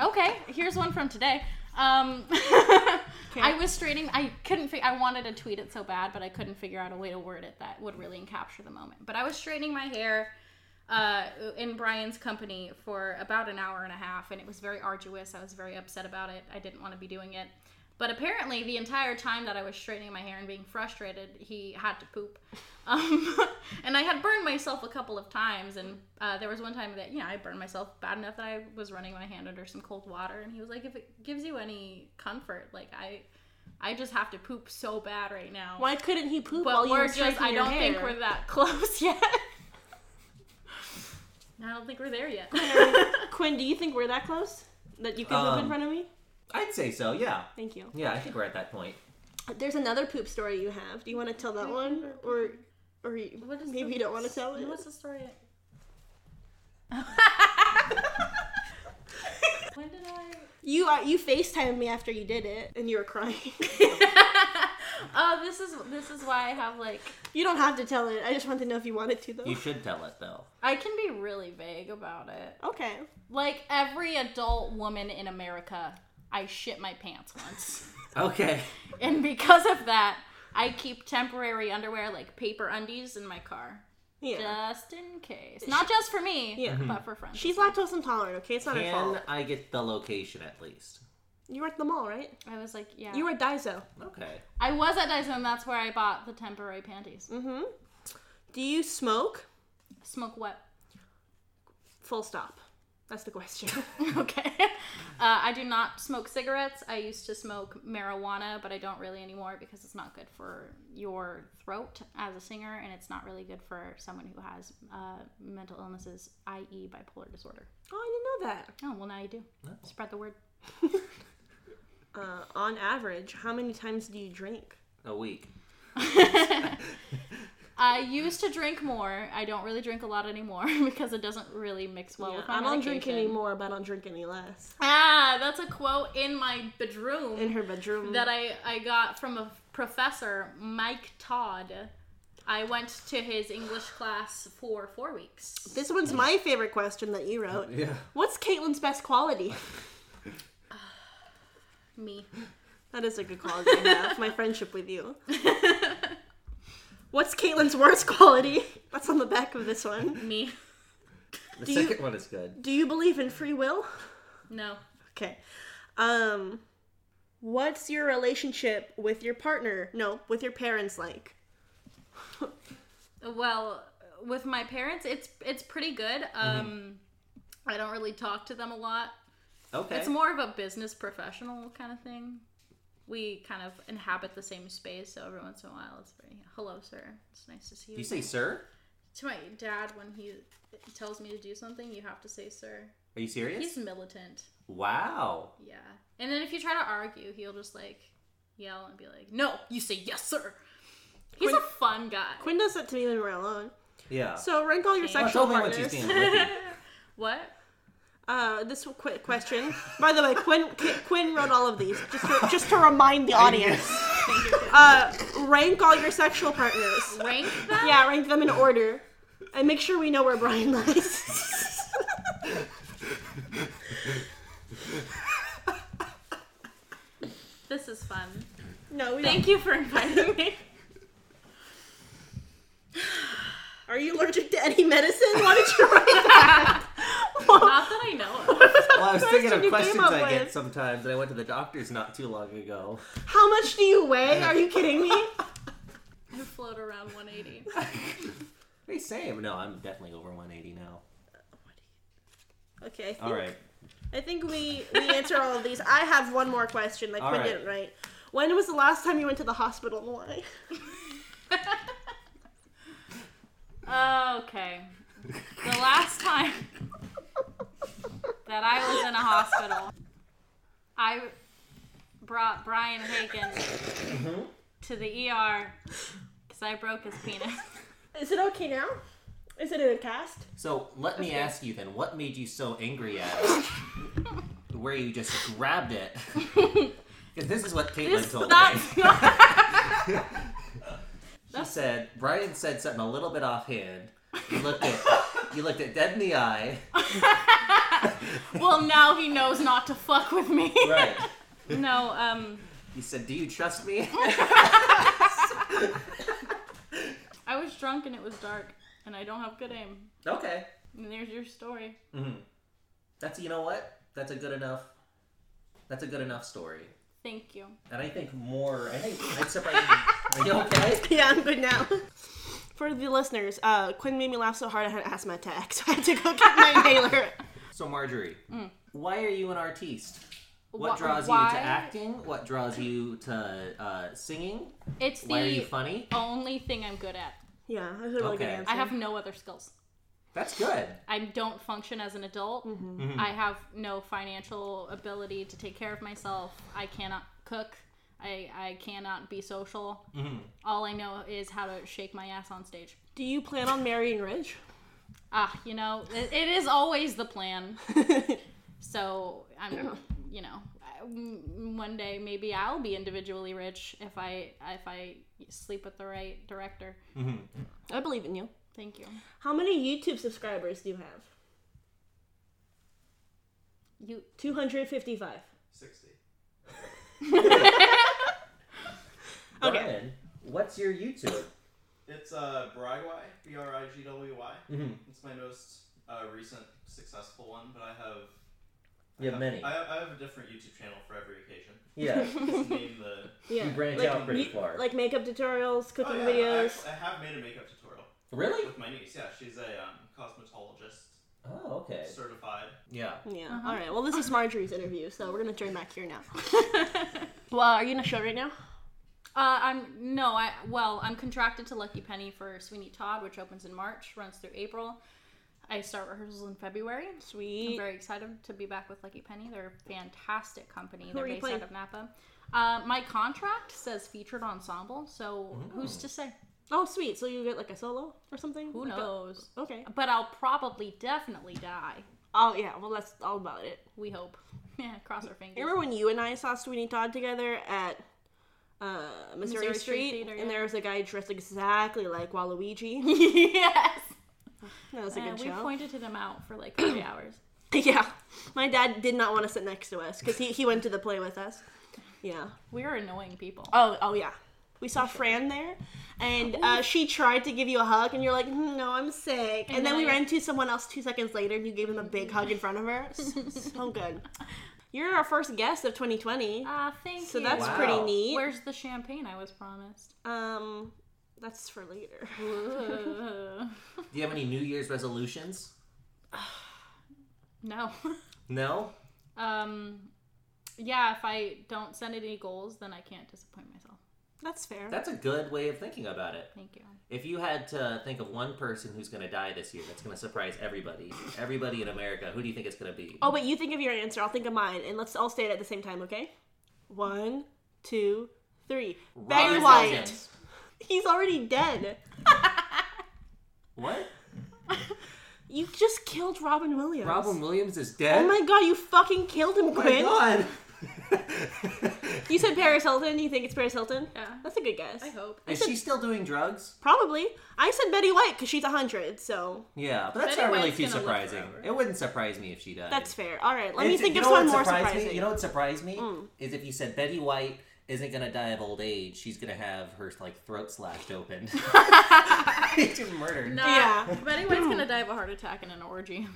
S2: Okay, here's one from today. Um, I was straining. I couldn't. Fi- I wanted to tweet it so bad, but I couldn't figure out a way to word it that would really capture the moment. But I was straightening my hair uh, in Brian's company for about an hour and a half, and it was very arduous. I was very upset about it. I didn't want to be doing it. But apparently, the entire time that I was straightening my hair and being frustrated, he had to poop. Um, and I had burned myself a couple of times, and uh, there was one time that you know I burned myself bad enough that I was running my hand under some cold water, and he was like, "If it gives you any comfort, like I, I just have to poop so bad right now."
S1: Why couldn't he poop while
S2: But
S1: you were
S2: we're just, I
S1: straightening your
S2: don't think
S1: hair?
S2: we're that close yet. I don't think we're there yet.
S1: Quinn, do you think we're that close? That you can poop in
S3: Um,
S1: front of me?
S3: I'd say so. Yeah.
S1: Thank you.
S3: Yeah, I think we're at that point.
S1: There's another poop story you have. Do you want to tell that one, or, or you,
S2: What is
S1: maybe
S2: the-
S1: you don't want to tell it?
S2: What's the story? when did I?
S1: You uh, you Facetimed me after you did it, and you were crying.
S2: Oh, this is this is why I have like
S1: you don't have to tell it. I just want to know if you wanted to, though.
S3: You should tell it though.
S2: I can be really vague about it.
S1: Okay.
S2: Like every adult woman in America, I shit my pants once.
S3: Okay.
S2: and because of that, I keep temporary underwear like paper undies in my car.
S1: Yeah.
S2: Just in case. Not just for me,
S1: Yeah.
S2: but for friends.
S1: She's lactose intolerant. Okay, it's not her fault.
S3: Can I get the location at least?
S1: You were at the mall, right?
S2: I was like, yeah.
S1: You were at Daiso.
S3: Okay.
S2: I was at Dyson, and that's where I bought the temporary panties.
S1: Mm-hmm. Do you smoke?
S2: Smoke what?
S1: Full stop. That's the question. Oh,
S2: okay. Uh, I do not smoke cigarettes. I used to smoke marijuana, but I don't really anymore because it's not good for your throat as a singer, and it's not really good for someone who has uh, mental illnesses, i.e., bipolar disorder.
S1: oh, I didn't know that.
S2: Oh, well, now you do. Spread the word.
S1: Uh, on average, how many times do you drink?
S3: A week.
S2: I used to drink more. I don't really drink a lot anymore because it doesn't really mix well
S1: Yeah,
S2: with my
S1: I don't drink
S2: medication.
S1: any more, but I don't drink any less.
S2: Ah, that's a quote in my bedroom.
S1: In her bedroom.
S2: that I, I got from a professor, Mike Todd. I went to his English class for four weeks.
S1: this one's my favorite question that you wrote.
S3: Yeah.
S1: What's Caitlin's best quality?
S2: Me.
S1: That is a good quality I have. My friendship with you. What's Caitlin's worst quality? That's on the back of this one.
S2: Me.
S3: The
S1: Do you-
S3: second one is good.
S1: Do you believe in free will?
S2: No.
S1: Okay. Um what's your relationship with your partner? No, with your parents like?
S2: Well, with my parents, it's it's pretty good.
S3: Mm-hmm.
S2: Um, I don't really talk to them a lot.
S3: Okay.
S2: It's more of a business professional kind of thing. We kind of inhabit the same space, so every once in a while, it's very hello, sir. It's nice to see you.
S3: you say sir?
S2: to my dad when he tells me to do something, you have to say sir.
S3: Are you serious?
S2: He's militant.
S3: Wow.
S2: Yeah. And then if you try to argue, he'll just like yell and be like, "No, you say yes, sir." He's a fun guy.
S1: Quinn does that to me when we're alone.
S3: Yeah.
S1: So rank all your
S2: Shame.
S1: sexual
S3: Tell me what she's
S1: partners.
S3: being. Ricky.
S2: What?
S1: Uh, this w- quick question. By the way, Quinn Qu- Quinn wrote all of these just to, just to remind the audience. Uh, rank all your sexual partners.
S2: Rank them?
S1: Yeah, rank them in order, and make sure we know where Brian lies.
S2: This is fun.
S1: no, we
S2: Thank you for inviting me.
S1: don't. Are you allergic to any medicine? Why did you write that? Well,
S2: Not that I know of.
S3: Well, I was thinking
S1: Question
S3: of
S1: you came
S3: questions
S1: up
S3: I get
S1: with.
S3: sometimes, and I went to the doctor's not too long ago.
S1: how much do you weigh? Are you kidding me?
S2: I float around 180.
S3: They say, no, I'm definitely over 180 now.
S1: Okay, I think,
S3: All right.
S1: I think we we answer all of these. I have one more question that
S3: All
S1: Quinn
S3: right.
S1: didn't write. When was the last time you went to the hospital and why?
S2: okay. The last time that I was in a hospital, I brought Brian Hagen to the ER because I broke his penis.
S1: Is it okay now? Is it in a cast?
S3: So let me ask you then, what made you so angry at it? Where you just grabbed it? Because this is what Caitlin
S2: This-
S3: told
S2: that's
S3: me.
S2: not-
S3: She said Brian said something a little bit offhand. You looked at you looked at dead in the eye.
S2: well, now he knows not to fuck with me.
S3: Right.
S2: No, um,
S3: You said, "Do you trust me?"
S2: I was drunk and it was dark, and I don't have good aim.
S3: okay. Mm-hmm.
S2: And there's your story.
S3: That's you know what? That's a good enough. That's a good enough story.
S2: Thank you.
S3: And I think more. I think I'd separate. Are you okay?
S1: Yeah, I'm good now. For the listeners, uh, Quinn made me laugh so hard I had an asthma attack, so I had to go get my inhaler.
S3: So Marjorie, why are you an artiste? What
S2: Mm. Wh-
S3: draws you
S2: why-
S3: to acting? What draws you to uh, singing?
S2: It's
S3: Why are you
S2: the
S3: funny?
S2: only thing I'm good at.
S1: Yeah, that's a really good
S3: Okay.
S1: answer.
S2: I have no other skills.
S3: That's good.
S2: I don't function as an adult.
S3: Mm-hmm.
S2: I have no financial ability to take care of myself. I cannot cook. I, I cannot be social.
S3: Mm-hmm.
S2: All I know is how to shake my ass on stage.
S1: Do you plan on marrying Rich?
S2: Ah, you know, it, it is always the plan. So I'm, you know, I- m- one day maybe I'll be individually rich if I if I sleep with the right director.
S1: I believe in you.
S2: Thank you.
S1: How many YouTube subscribers do you have?
S2: You
S1: 255.
S4: 60.
S1: Okay.
S3: Brian, what's your YouTube?
S4: It's uh, Brigwy, B R I G W Y.
S3: Mm-hmm.
S4: It's my most uh, recent successful one, but I have. I
S3: You have many.
S4: I have, I have a different YouTube channel for every occasion.
S3: Yeah.
S4: Just name the.
S1: Yeah.
S3: You branch
S1: like,
S3: out pretty
S1: you-
S3: far.
S1: Like makeup tutorials,
S4: Oh,
S1: cooking
S4: yeah, I,
S1: videos.
S4: actually- I have made a makeup tutorial
S3: really?
S4: with my niece. Yeah, she's a um, cosmetologist
S3: Oh, okay.
S4: certified.
S3: Yeah.
S1: Yeah.
S2: Uh-huh.
S1: All right. Well, this is Marjorie's interview, so we're gonna turn back here now. well, are you in a show right now?
S2: Uh, I'm no, I well, I'm contracted to Lucky Penny for Sweeney Todd, which opens in March, runs through April. I start rehearsals in February. I'm
S1: Sweet.
S2: very excited to be back with Lucky Penny. They're a fantastic company.
S1: are
S2: They're
S1: you
S2: based
S1: playing?
S2: out of Napa. Uh, my contract says featured ensemble, so who's to say?
S1: Oh, sweet. So you get like a solo or something?
S2: Who
S1: Like a-
S2: knows?
S1: Okay.
S2: But I'll probably definitely die.
S1: Oh yeah. Well, that's all about it.
S2: We hope. Yeah, cross our fingers.
S1: You remember when you and I saw Sweeney Todd together at uh, Missouri,
S2: Missouri Street
S1: Street,
S2: Theater,
S1: and
S2: yeah.
S1: there was a guy dressed exactly like Waluigi.
S2: yes.
S1: That was a
S2: Uh,
S1: good
S2: we
S1: show.
S2: pointed to them out for like three hours.
S1: yeah, my dad did not want to sit next to us because he, he went to the play with us. Yeah.
S2: We are annoying people.
S1: Oh oh yeah. We saw Fran there, and uh, she tried to give you a hug, and you're like, "Hmm, "No, I'm sick." And,
S2: And
S1: then
S2: then
S1: we
S2: I-
S1: ran to someone else two seconds later, and you gave him a big hug in front of her. so good. You're our first guest of 2020,
S2: Ah, thank
S1: so
S2: you.
S1: that's
S3: Wow.
S1: pretty neat.
S2: Where's the champagne I was promised?
S1: Um, that's for later.
S3: Do you have any New Year's resolutions?
S2: no.
S3: No.
S2: Um, yeah, if I don't set any goals, then I can't disappoint myself.
S1: That's fair.
S3: That's a good way of thinking about it.
S2: Thank you.
S3: If you had to think of one person who's going to die this year, that's going to surprise everybody, everybody in America, who do you think it's going to be?
S1: oh, but you think of your answer, I'll think of mine, and let's all say it at the same time, okay? One, two, three. Barry
S3: Robin
S1: White.
S3: Williams.
S1: He's already dead.
S3: What?
S1: You just killed Robin Williams.
S3: Robin Williams is dead.
S1: Oh my god, you fucking killed him,
S3: Eh? Oh my
S1: Quinn.
S3: god.
S1: You said Paris Hilton. You think it's Paris Hilton?
S2: Yeah.
S1: That's a good guess.
S2: I hope.
S3: is she still doing drugs?
S1: Probably. I said Betty White because she's 100, so
S3: Yeah, but that's
S2: Betty
S3: not really
S2: White's
S3: too
S2: gonna live
S3: surprising.
S2: forever.
S3: It wouldn't surprise me if she died.
S1: that's fair. All right, let me
S3: It's-
S1: think
S3: you
S1: of
S3: know what
S1: someone more
S3: surprised me?
S1: surprising.
S3: You know what surprised me
S1: Mm.
S3: is if you said Betty White isn't gonna die of old age. She's gonna have her like throat slashed open. She's murdered.
S2: Nah,
S1: Yeah.
S2: Betty White's gonna die of a heart attack in an orgy.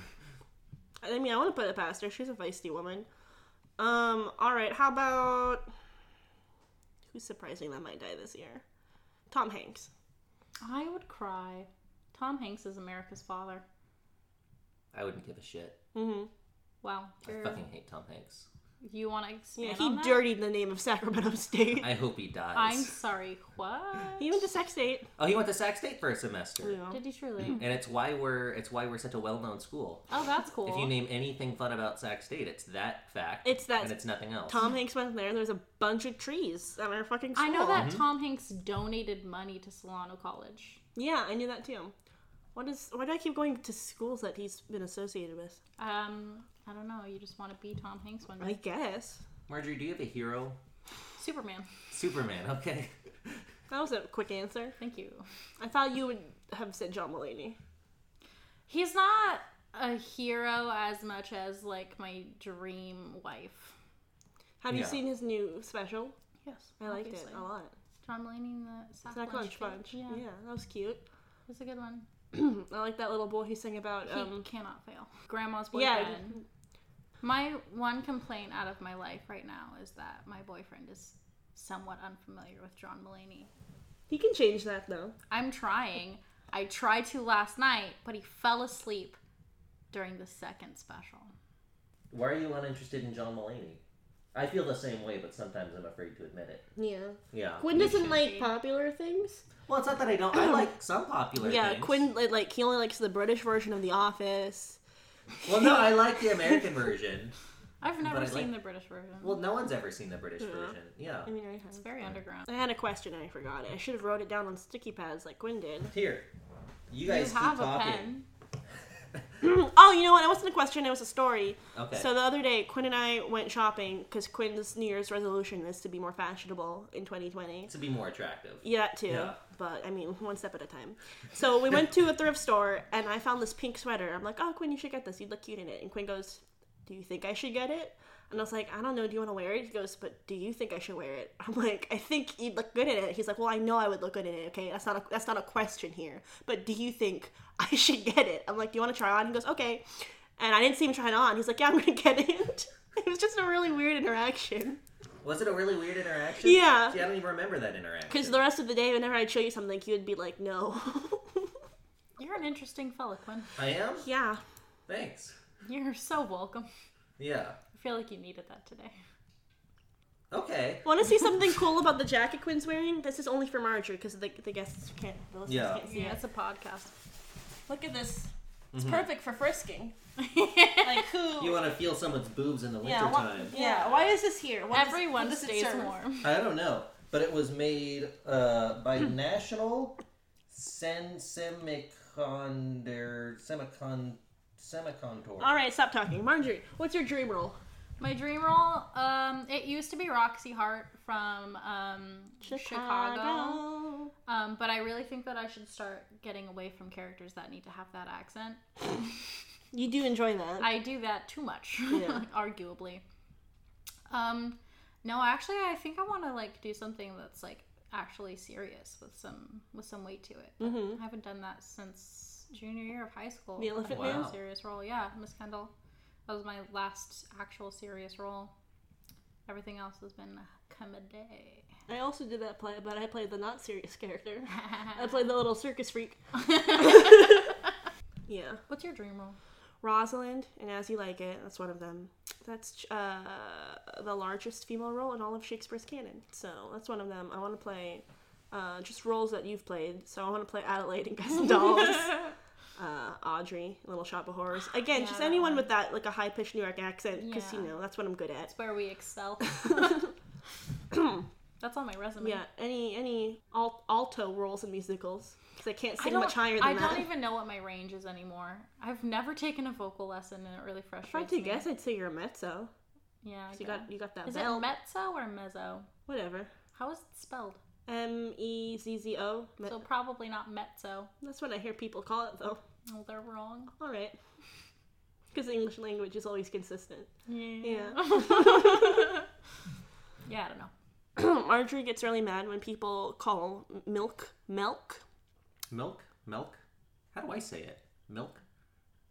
S1: I mean, I want to put it past her. She's a feisty woman. Um. All right. How about who's surprising that might die this year? Tom Hanks.
S2: I would cry. Tom Hanks is America's father.
S3: I wouldn't give a shit.
S1: hmm
S2: Wow.
S3: I fucking hate Tom Hanks.
S2: You want to expand
S1: Yeah,
S2: on
S1: he
S2: that?
S1: dirtied the name of Sacramento State.
S3: I hope he dies.
S2: I'm sorry. What?
S1: He went to Sex State.
S3: Oh, he went to Sac State for a semester,
S1: You know.
S2: Did he truly?
S3: and it's why we're it's why we're such a well known school.
S2: oh, that's cool.
S3: If you name anything fun about Sac State, it's that fact.
S1: It's that-
S3: and it's nothing else.
S1: Tom Hanks went there. There's a bunch of trees at our fucking school.
S2: I know
S3: Mm-hmm.
S2: that Tom Hanks donated money to Solano College.
S1: Yeah, I knew that too. What is? Why do I keep going to schools that he's been associated with?
S2: Um, I don't know. You just want to be Tom Hanks one day.
S1: I guess
S3: Marjorie, do you have a hero?
S2: Superman.
S3: Superman. Okay.
S1: that was a quick answer.
S2: Thank you.
S1: I thought you would have said John Mulaney.
S2: He's not a hero as much as like my dream wife.
S1: Have you
S3: Yeah.
S1: seen his new special?
S2: Yes,
S1: I liked it a lot.
S2: John Mulaney in the Sack
S1: It's not
S2: Lunch
S1: Crunch
S2: Pit.
S1: Bunch.
S2: Yeah,
S1: Yeah. that was cute.
S2: it's a good one.
S1: I like that little boy who sang about.
S2: he
S1: Um,
S2: cannot fail. Grandma's boyfriend.
S1: yeah,
S2: My one complaint out of my life right now is that my boyfriend is somewhat unfamiliar with John Mulaney.
S1: he can change that though.
S2: I'm trying. I tried to last night, but he fell asleep during the second special.
S3: Why are you uninterested in John Mulaney? I feel the same way, but sometimes I'm afraid to admit it.
S1: Yeah.
S3: Yeah.
S1: Quinn doesn't like
S2: be.
S1: popular things.
S3: Well, it's not that I don't. I like some popular.
S1: Yeah,
S3: things.
S1: Quinn li- like he only likes the British version of The Office.
S3: Well, no, I like the American version.
S2: I've never
S3: I
S2: seen
S3: like-
S2: the British version.
S3: Well, uh, no one's ever seen the British
S1: Yeah.
S3: version. Yeah.
S1: I mean, I
S2: it's
S1: have.
S2: very underground.
S1: I had a question and I forgot it. I should have wrote it down on sticky pads like Quinn did.
S3: Here, you
S2: You
S3: guys keep
S2: have a
S3: talking.
S2: pen.
S1: oh, you know what? It wasn't a question. It was a story.
S3: Okay.
S1: So the other day, Quinn and I went shopping because Quinn's New Year's resolution is to be more fashionable in 2020.
S3: to be more attractive.
S1: Yeah, that too.
S3: Yeah.
S1: But I mean, one step at a time. So we went to a thrift store and I found this pink sweater. I'm like, oh, Quinn, you should get this. You'd look cute in it. And Quinn goes, do you think I should get it? And I was like, I don't know. Do you want to wear it? He goes, but do you think I should wear it? I'm like, I think you'd look good in it. He's like, well, I know I would look good in it. Okay, that's not a that's not a question here. But do you think I should get it? I'm like, do you want to try it on? He goes, okay. And I didn't see him try it on. He's like, yeah, I'm gonna get it. It was just a really weird interaction.
S3: Was it a really weird interaction?
S1: Yeah.
S3: See, I don't even remember that interaction.
S1: Because the rest of the day, whenever I'd show you something, you would be like, no.
S2: You're an interesting fella, Quinn.
S3: I am.
S1: yeah.
S3: Thanks.
S2: You're so welcome.
S3: Yeah.
S2: I feel like you needed that today.
S3: Okay.
S1: Want to see something cool about the jacket Quinn's wearing? This is only for Marjorie because the, the guests can't. The listeners
S3: Yeah.
S1: can't see
S2: Yeah,
S1: it.
S2: it's a podcast.
S1: Look at this. It's perfect for frisking. Like who?
S3: Mm-hmm. You want to feel someone's boobs in the
S1: Oh. yeah, wha-
S3: wintertime.
S1: yeah. Why is this here? Why does-
S2: Every
S1: why does it
S2: Wednesday is
S1: serve?
S2: warm.
S3: I don't know, but it was made uh, by
S1: Hmm.
S3: National Sen Semiconder Semicon Semicontor.
S1: All right, stop talking, Marjorie. What's your dream role?
S2: My dream role, um, it used to be Roxy Hart from um, Chicago. Um, but I really think that I should start getting away from characters that need to have that accent.
S1: You do enjoy that.
S2: I do that too much,
S1: Yeah.
S2: arguably. Um, no, actually, I think I want to like do something that's like actually serious with some with some weight to it.
S1: Mhm.
S2: I haven't done that since junior year of high school.
S1: The Elephant
S2: I had a
S3: Man?
S2: serious role, yeah, Miss Kendall. That was my last actual serious role. Everything else has been comedy.
S1: I also did that play, but I played the not serious character. I played the little circus freak. yeah.
S2: What's your dream role?
S1: Rosalind and As You Like It. That's one of them. That's uh, the largest female role in all of Shakespeare's canon. So that's one of them. I want to play uh, just roles that you've played. So I want to play Adelaide and Guys and Dolls. uh, Audrey, Little Shop of Horrors. Again,
S2: Yeah,
S1: just
S2: that
S1: anyone
S2: one.
S1: with that like a high pitched New York accent because
S2: Yeah.
S1: you know that's what I'm good at.
S2: It's where we excel. That's on my resume.
S1: Yeah, any any al- alto roles in musicals because I can't
S2: I
S1: sing
S2: don't,
S1: much higher than
S2: I
S1: that.
S2: don't even know what my range is anymore. I've never taken a vocal lesson, and it really
S1: if I had
S2: frustrates
S1: to
S2: me.
S1: guess, I'd say you're a mezzo.
S2: Yeah. I
S1: 'cause you
S2: guess.
S1: got you got that
S2: Is it
S1: bell.
S2: mezzo or mezzo?
S1: Whatever.
S2: How is it spelled?
S1: M E Z Z O. Me-
S2: So probably not mezzo.
S1: That's what I hear people call it though.
S2: Well, they're wrong.
S1: All right. Because the English language is always consistent.
S2: Yeah.
S1: Yeah.
S2: yeah, I don't know.
S1: Marjorie gets really mad when people call m- milk milk.
S3: Milk? Milk? How do I say it? Milk?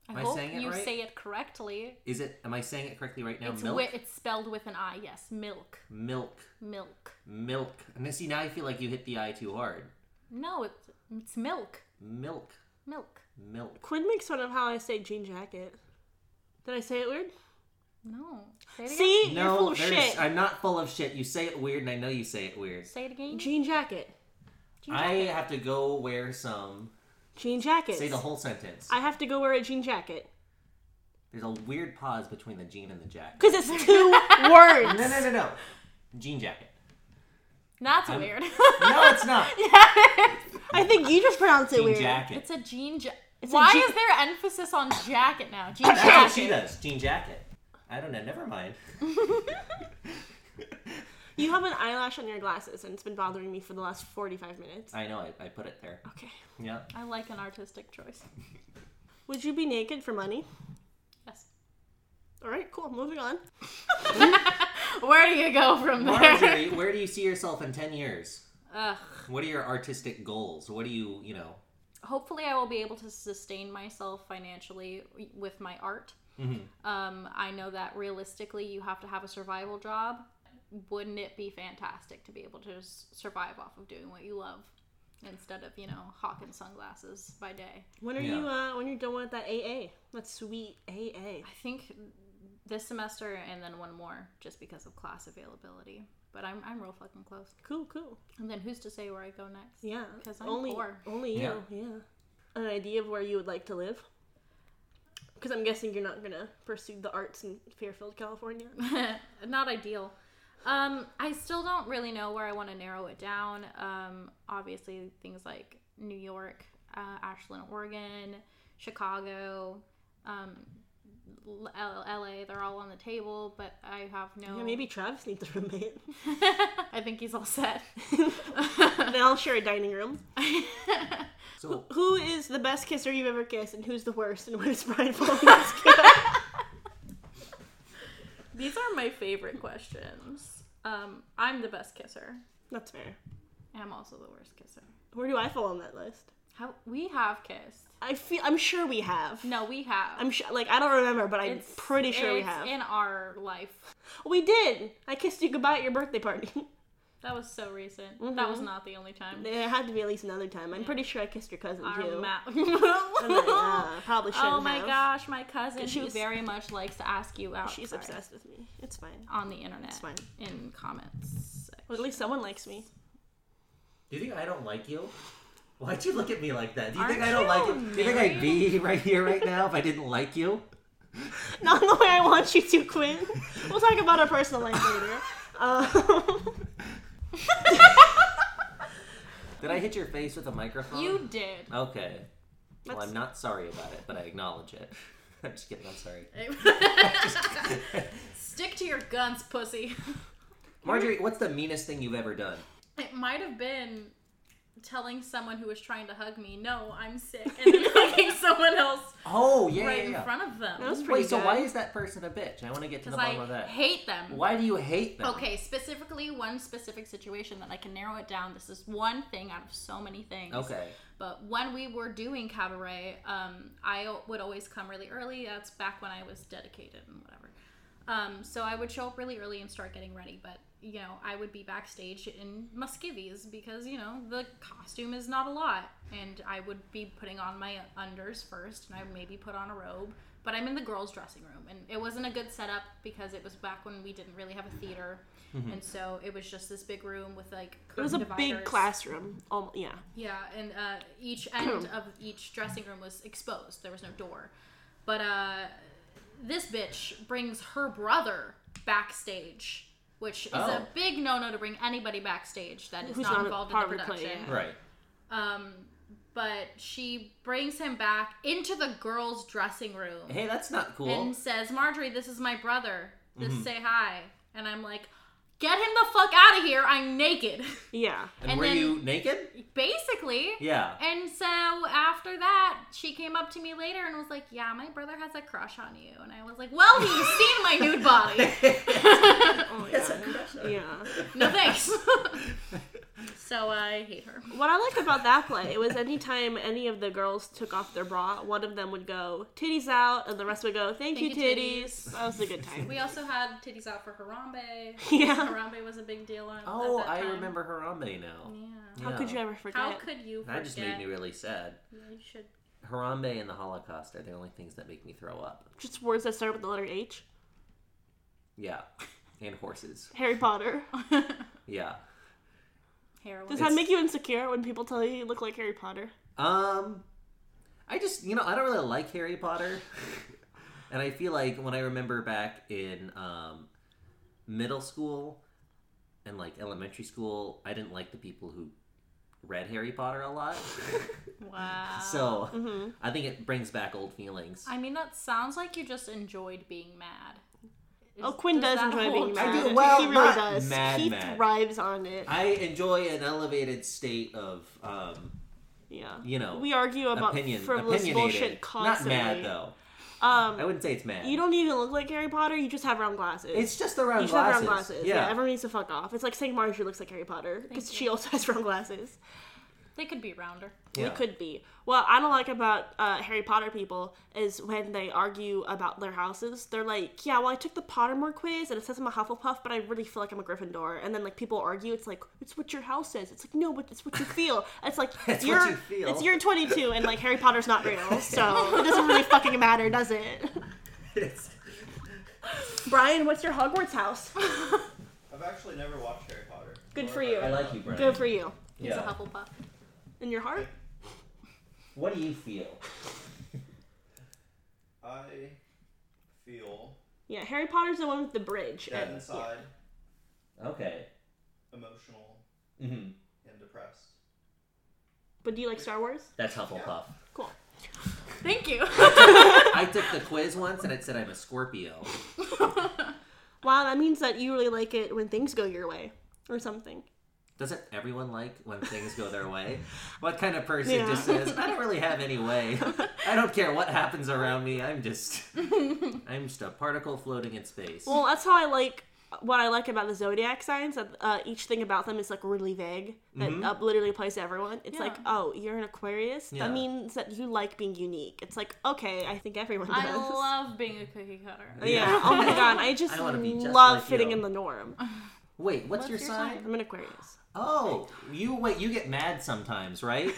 S2: I
S3: Am I
S2: hope
S3: saying it
S2: you
S3: right?
S2: say it correctly.
S3: Is it am I saying it correctly right now?
S2: it's
S3: milk?
S2: wi- it's spelled with an I. Yes, milk,
S3: milk.
S2: milk.
S3: Milk. And see now I feel like you hit the eye too hard.
S2: No, it's it's milk,
S3: Milk.
S2: milk.
S3: Milk.
S1: Quinn makes fun of how I say jean jacket. Did I say it weird?
S2: No, say it again.
S1: See, you're full
S3: No,
S1: of
S3: there's
S1: shit.
S3: I'm not full of shit. You say it weird and I know you say it weird.
S2: Say it again.
S1: Jean jacket.
S2: Jean
S3: I
S2: jacket.
S3: have to go wear some
S1: Jean jackets.
S3: say the whole sentence.
S1: I have to go wear a jean jacket
S3: There's a weird pause between the jean and the jacket.
S1: because it's two words.
S3: No no no no. Jean jacket.
S2: That's weird.
S3: No, it's not.
S1: I think you just pronounce it
S3: Jean
S1: weird.
S3: jacket.
S2: it's a jean. Ja-
S1: It's a
S2: Why
S1: jean-
S2: is there emphasis on jacket now? Jean
S3: That's what she
S2: jacket.
S3: does. Jean jacket. I don't know. Never mind.
S1: You have an eyelash on your glasses, and it's been bothering me for the last forty-five minutes.
S3: I know. I, I put it there.
S1: Okay.
S3: Yeah.
S2: I like an artistic choice.
S1: Would you be naked for money?
S2: Yes.
S1: All right, cool. Moving on.
S2: Where do you go from there?
S3: Marjorie, where do you see yourself in 10 years?
S2: Ugh.
S3: What are your artistic goals? What do you, you know?
S2: hopefully i will be able to sustain myself financially with my art um, i know that realistically you have to have a survival job wouldn't it be fantastic to be able to just survive off of doing what you love instead of you know hawking sunglasses by day
S1: When are
S3: Yeah.
S1: you? Uh, when you're done with that AA? That sweet AA.
S2: i think this semester and then one more just because of class availability but i'm, I'm real fucking close
S1: Cool, cool.
S2: and then who's to say where i go next
S1: Yeah,
S2: 'Cause I'm
S1: only
S2: poor.
S1: only
S3: Yeah.
S1: you. Yeah, an idea of where you would like to live. Because I'm guessing you're not gonna pursue the arts in Fairfield, California.
S2: not ideal. Um, I still don't really know where I want to narrow it down. Um, obviously, things like New York, uh, Ashland, Oregon, Chicago, um, L- L- LA, they're all on the table, but I have no.
S1: Yeah, maybe Travis needs a roommate.
S2: I think he's all set.
S1: they all share a dining room.
S3: So,
S1: Who is the best kisser you've ever kissed, and who's the worst, and where's Brian falling this kiss?
S2: These are my favorite questions. Um, I'm the best kisser.
S1: That's fair.
S2: and I'm also the worst kisser.
S1: Where do I fall on that list?
S2: How we have kissed?
S1: I feel I'm sure we have.
S2: No, we have.
S1: I'm sure, like I don't remember, but I'm
S2: It's-
S1: pretty sure we
S2: it's
S1: have.
S2: in our life.
S1: we did. I kissed you goodbye at your birthday party.
S2: That was so recent. That
S1: Mm-hmm.
S2: was not the only time.
S1: there had to be at least another time. I'm pretty sure I kissed your cousin
S2: Our
S1: too.
S2: ma-
S1: I'm like, "Ah, probably shouldn't
S2: oh my
S1: have."
S2: gosh, my cousin
S1: she
S2: she
S1: was-
S2: very much likes to ask you out.
S1: She's
S2: sorry,
S1: obsessed with me. It's fine.
S2: on the internet.
S1: fine.
S2: In comments.
S1: Well, at least someone likes me.
S3: do you think I don't like you? Why'd you look at me like that? Do you think I
S2: Aren't
S3: don't like
S2: you
S3: you? Do you think I'd be right here right now if I didn't like you?
S1: Not the way I want you to, Quinn. We'll talk about our personal life later. Um,
S3: Did I hit your face with a microphone?
S2: You did.
S3: Okay. Well,
S1: That's-
S3: I'm not sorry about it, but I acknowledge it. I'm just kidding. I'm sorry.
S2: Stick to your guns, pussy.
S3: Marjorie, what's the meanest thing you've ever done?
S2: It might have been telling someone who was trying to hug me, no, I'm sick, and then hugging someone else
S3: Oh, yeah,
S2: right
S3: yeah,
S2: in
S3: yeah.
S2: front of them.
S1: that was pretty
S3: Wait, so
S1: good.
S3: why is that person a bitch? I want to get to the
S2: Because
S3: bottom
S2: I
S3: of that.
S2: hate them.
S3: Why do you hate them?
S2: Okay, specifically one specific situation that I can narrow it down. This is one thing out of so many things.
S3: Okay.
S2: But when we were doing cabaret, um, I o- would always come really early. That's back when I was dedicated and whatever. Um, so I would show up really early and start getting ready. But you know, I would be backstage in my skivvies because you know the costume is not a lot, and I would be putting on my unders first, and I would maybe put on a robe. But I'm in the girls' dressing room, and it wasn't a good setup because it was back when we didn't really have a theater, and so it was just this big room with like
S1: It was a
S2: curtain
S1: big
S2: dividers.
S1: classroom. Almost, yeah.
S2: Yeah, and uh, each end of each dressing room was exposed. There was no door. But uh, this bitch brings her brother backstage which is
S3: Oh.
S2: a big no-no to bring anybody backstage that is
S1: Who's
S2: not
S1: not
S2: involved in the
S1: part of the play,
S2: production.
S1: yeah.
S3: Right.
S2: Um, but she brings him back into the girls' dressing room
S3: Hey, that's not cool.
S2: and says, "Marjorie, this is my brother. Just say hi." And I'm like, "Get him the fuck out of here! I'm naked."
S1: Yeah.
S3: And
S2: and
S3: were
S2: then-
S3: you naked?
S2: Basically.
S3: Yeah.
S2: And so after that, she came up to me later and was like, "Yeah, my brother has a crush on you." And I was like, "Well, he's seen my nude body.
S1: Oh,
S3: That's
S1: yeah.
S3: a crush on-
S1: Yeah.
S2: No thanks." so I hate her.
S1: What I liked about that play, it was anytime any of the girls took off their bra, one of them would go, titties out, and the rest would go, thank,
S2: Thank
S1: you,
S2: you,
S1: titties. That was a good time.
S2: We also had titties out for Harambe.
S1: yeah.
S2: Harambe was a big deal on. at
S3: Oh,
S2: that
S3: I
S2: time.
S3: remember Harambe now.
S2: Yeah.
S1: How could you
S3: Yeah.
S1: ever forget?
S2: How could you forget?
S3: That just made me really sad.
S2: You should.
S3: Harambe and the Holocaust are the only things that make me throw up.
S1: Just words that start with the letter H.
S3: Yeah. And horses.
S1: Harry Potter.
S3: Yeah.
S2: Heroin.
S1: Does that make you insecure when people tell you you look like Harry Potter?
S3: Um, I just you know I don't really like Harry Potter, and I feel like when I remember back in um, middle school and like elementary school, I didn't like the people who read Harry Potter a lot.
S2: Wow.
S3: so
S1: Mm-hmm.
S3: I think it brings back old feelings.
S2: I mean, that sounds like you just enjoyed being mad. Is-
S1: Oh, Quinn does
S2: that
S1: enjoy
S2: hold
S1: being
S2: true?
S1: mad.
S3: I do. Well,
S1: he really
S3: not
S1: does.
S3: mad,
S1: he
S3: mad.
S1: thrives on it.
S3: I enjoy an elevated state of um,
S1: yeah.
S3: you know
S1: We argue about
S3: opinion,
S1: frivolous
S3: opinionated.
S1: bullshit
S3: Not
S1: constantly.
S3: mad though. I
S1: Um,
S3: wouldn't say it's mad.
S1: you don't even look like Harry Potter. You just have round glasses.
S3: It's just the round
S1: you should
S3: glasses.
S1: have round glasses. Yeah.
S3: Yeah.
S1: everyone needs to fuck off. It's like St. Marjorie looks like Harry Potter because
S2: Thank
S1: she also has round glasses.
S2: They could be rounder.
S1: We
S3: Yeah.
S1: could be. What I don't like about uh, Harry Potter people is when they argue about their houses. They're like, "Yeah, well, I took the Pottermore quiz and it says I'm a Hufflepuff, but I really feel like I'm a Gryffindor." And then like people argue, it's like, "It's what your house says." It's like, "No, but it's what you feel." It's like
S3: It's what
S1: you're
S3: you feel.
S1: it's you're 22 and like Harry Potter's not real, so it doesn't really fucking matter, does it? Brian, what's your Hogwarts house?
S4: I've actually never watched Harry Potter.
S1: Good
S4: Nor
S1: for
S4: have
S1: you.
S4: I
S3: I
S4: ever
S3: like you, Brian.
S1: Good for you.
S2: He's
S3: Yeah.
S2: a Hufflepuff.
S1: In your heart?
S3: What do you feel?
S4: I feel
S1: Yeah, Harry Potter's the one with the bridge.
S4: dead
S1: and- yeah.
S4: inside,
S3: Okay.
S4: emotional,
S3: Mm-hmm.
S4: and depressed.
S1: But do you like Star Wars?
S3: That's Hufflepuff.
S1: Cool.
S2: Thank you.
S3: I took the quiz once and it said I'm a Scorpio.
S1: Wow, that means that you really like it when things go your way or something.
S3: Doesn't everyone like when things go their way? What kind of person
S1: Yeah.
S3: just says, I don't really have any way. I don't care what happens around me. I'm just, I'm just a particle floating in space.
S1: Well, that's how I like what I like about the zodiac signs. That uh, each thing about them is like really vague. That
S3: Mm-hmm.
S1: uh, literally applies to everyone. It's like,
S2: Yeah.
S1: oh, you're an Aquarius.
S3: Yeah.
S1: That means that you like being unique. It's like, okay, I think everyone does.
S2: I love being a cookie cutter.
S1: yeah.
S3: Yeah.
S1: oh my god, I just
S3: I wanna be just
S1: love
S3: like
S1: fitting
S3: you.
S1: in the norm.
S3: wait, what's, your, sign?
S1: I'm an Aquarius.
S3: Oh, you wait, you get mad sometimes, right?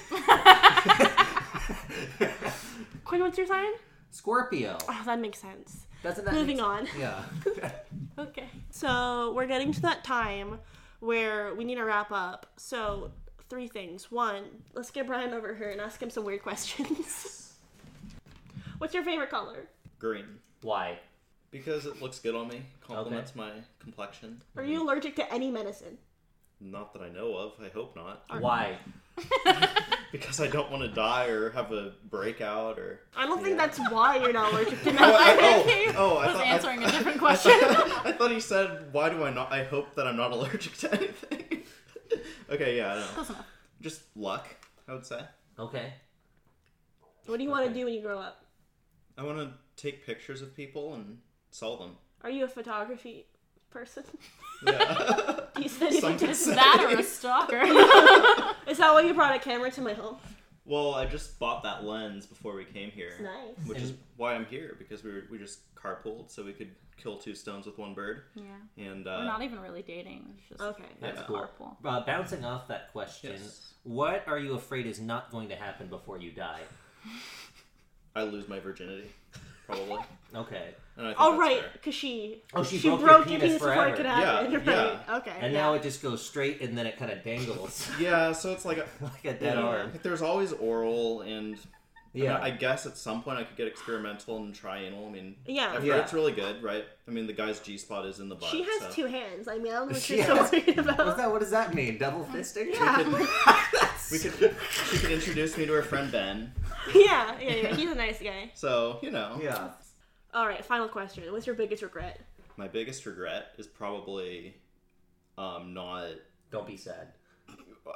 S1: Quinn, what's your sign?
S3: Scorpio.
S1: Oh, that makes sense.
S3: Doesn't that
S1: Moving
S3: make-
S1: on.
S3: Yeah.
S2: Okay.
S1: So we're getting to that time where we need to wrap up. So three things. One, let's get Brian over here and ask him some weird questions. What's your favorite color?
S4: Green.
S3: Why?
S4: Because it looks good on me, complements my complexion.
S1: Are you allergic to any medicine?
S4: Not that I know of, I hope not.
S3: Why?
S4: Because I don't want to die or have a breakout or.
S1: I don't think that's why you're not allergic to
S4: Oh, I,
S1: medicine.
S4: oh, oh, I
S2: I was
S4: thought.
S2: answering
S4: I,
S2: a different question.
S4: I thought he said, why do I not. I hope that I'm not allergic to anything. okay, yeah, I don't know.
S2: Close enough.
S4: Just luck, I would say.
S3: Okay.
S1: what do you want to
S3: Okay.
S1: do when you grow up?
S4: I want to take pictures of people and sell them.
S1: Are you a photography person?
S4: Yeah.
S1: Do you study
S4: Some could
S1: photography?
S4: say.
S2: That or a stalker.
S1: Is that why you brought a camera to my home?
S4: well, I just bought that lens before we came here.
S1: It's nice.
S4: Which is why I'm here because we were, we just carpooled so we could kill two stones with one bird.
S2: yeah.
S4: And
S2: We're
S4: uh,
S2: not even really dating. It's just
S1: Okay.
S3: That's
S4: Yeah.
S3: cool.
S2: Carpool.
S3: Uh, bouncing off that question,
S4: Yes.
S3: what are you afraid is not going to happen before you die?
S4: I lose my virginity, probably.
S3: Okay.
S4: And I think
S1: Oh
S4: that's
S1: right,
S4: fair.
S1: because she
S3: Oh, she
S1: she
S3: broke
S1: broke,
S3: your
S1: your
S3: penis
S1: penis before
S3: forever.
S1: it could happen.
S4: Yeah,
S1: right?
S4: yeah.
S1: Okay.
S3: And
S1: Uh, yeah.
S3: now it just goes straight and then it kind of dangles
S4: Yeah, so it's like a,
S3: like a dead
S4: you know,
S3: arm.
S4: like there's always oral and I, mean,
S3: Yeah.
S4: I guess at some point I could get experimental and try anal. I mean,
S1: Yeah.
S4: I've
S3: Yeah.
S4: heard it's really good, right? I mean, the guy's G spot is in the butt.
S1: She has
S4: so.
S1: two hands. I mean, I don't know what
S3: uh, She
S1: you're so
S3: has-
S1: worried
S3: What's
S1: about.
S3: that? What does that mean? Double fisting?
S1: Yeah.
S4: We could, she could introduce me to her friend Ben.
S1: yeah, yeah, yeah. He's a nice guy.
S4: So you know,
S3: yeah.
S1: All right, final question. What's your biggest regret?
S4: my biggest regret is probably um, not.
S3: Don't be sad.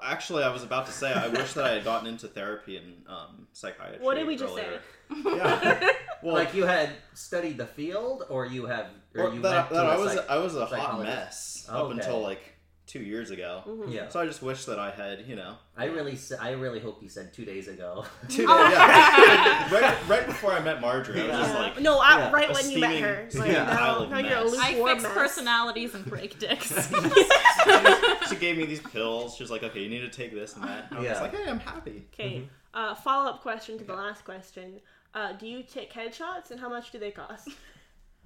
S4: Actually, I was about to say I wish that I had gotten into therapy and um, psychiatry.
S1: What did we just
S4: earlier.
S1: say?
S4: Yeah. Well,
S3: like you had studied the field, or you have, or
S4: well,
S3: you went
S4: that, that
S3: to
S4: I
S3: a
S4: was
S3: psych-
S4: I was a hot
S3: psychologist.
S4: mess up
S3: Okay.
S4: until like two years ago.
S1: Mhm.
S3: Yeah.
S4: So I just wish that I had, you know,
S3: I really, s- I really hope you said two days ago.
S4: two yeah. right, right before I met Marjorie, I was just
S1: Yeah.
S4: like,
S1: no, I,
S3: yeah,
S1: right
S4: a
S1: when you met her.
S4: steaming-
S1: Like,
S3: yeah,
S1: no,
S4: pile of
S1: no, you're a
S4: mess.
S2: I
S1: lukewarm
S2: fix
S1: mess.
S2: personalities and break dicks.
S4: she gave me these pills. She was like, okay, you need to take this and that. And I was
S3: Yeah.
S4: like, hey, I'm happy.
S1: Okay.
S4: Mm-hmm.
S1: Uh, Follow up question to the last question. Uh, do you take headshots and how much do they cost?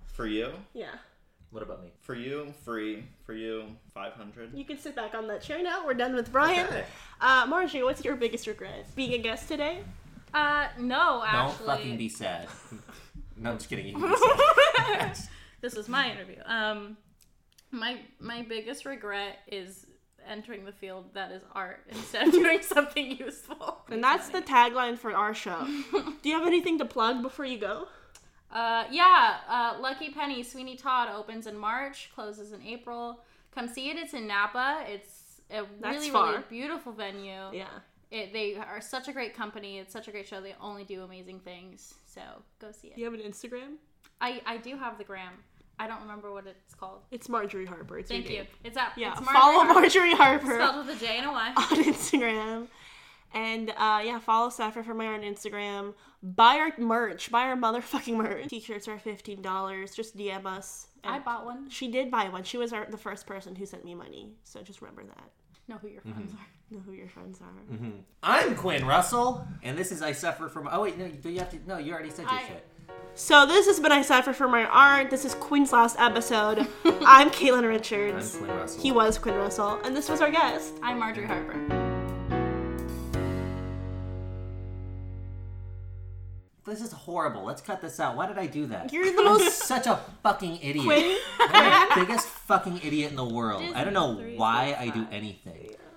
S4: For you,
S1: Yeah.
S3: what about me?
S4: for you, free. For you, five hundred.
S1: You can sit back on that chair now. We're done with Brian. Uh, Marjorie, what's your biggest regret? Being a guest today?
S2: uh, no,
S3: Don't
S2: actually.
S3: fucking be sad. no, I'm just kidding. You can be sad.
S2: this is my interview. Um, my my biggest regret is entering the field that is art instead of doing something useful.
S1: And that's the tagline for our show. do you have anything to plug before you go?
S2: Uh, yeah, uh, Lucky Penny Sweeney Todd opens in March, closes in April. Come see it. It's in Napa. It's a
S1: That's
S2: really
S1: far.
S2: really beautiful venue.
S1: Yeah.
S2: It, they are such a great company. It's such a great show. They only do amazing things. So go see it.
S1: Do you have an Instagram?
S2: I I do have the gram. I don't remember what it's called.
S1: It's Marjorie Harper. It's your
S2: Thank you.
S1: name.
S2: It's at
S1: Yeah.
S2: It's
S1: follow
S2: Marjorie
S1: Marjorie Harper.
S2: spelled with a J and a Y.
S1: on Instagram. And uh, yeah, follow Saffron from on Instagram. Buy our merch. Buy our motherfucking merch. T-shirts are fifteen dollars. Just DM us.
S2: I
S1: And
S2: bought one.
S1: She did buy one. She was our, the first person who sent me money. So just remember that.
S2: Know who your friends are.
S1: Know who your friends are.
S3: Mm-hmm. I'm Quinn Russell, and this is I suffer from. Oh wait, no, do you have to? No, you already said your
S2: I-
S3: shit.
S1: So this has been I Suffer from My Art. This is Quinn's last episode. I'm Caitlin Richards.
S3: I'm Quinn Russell.
S1: He was Quinn Russell, and this was our guest.
S2: I'm Marjorie Harper.
S3: This is horrible. Let's cut this out. Why did I do that?
S1: You're the
S3: I'm
S1: most
S3: such a fucking idiot.
S1: Quinn.
S3: I'm the biggest fucking idiot in the world. I don't know
S2: Disney
S3: why I do
S2: 365.
S3: anything.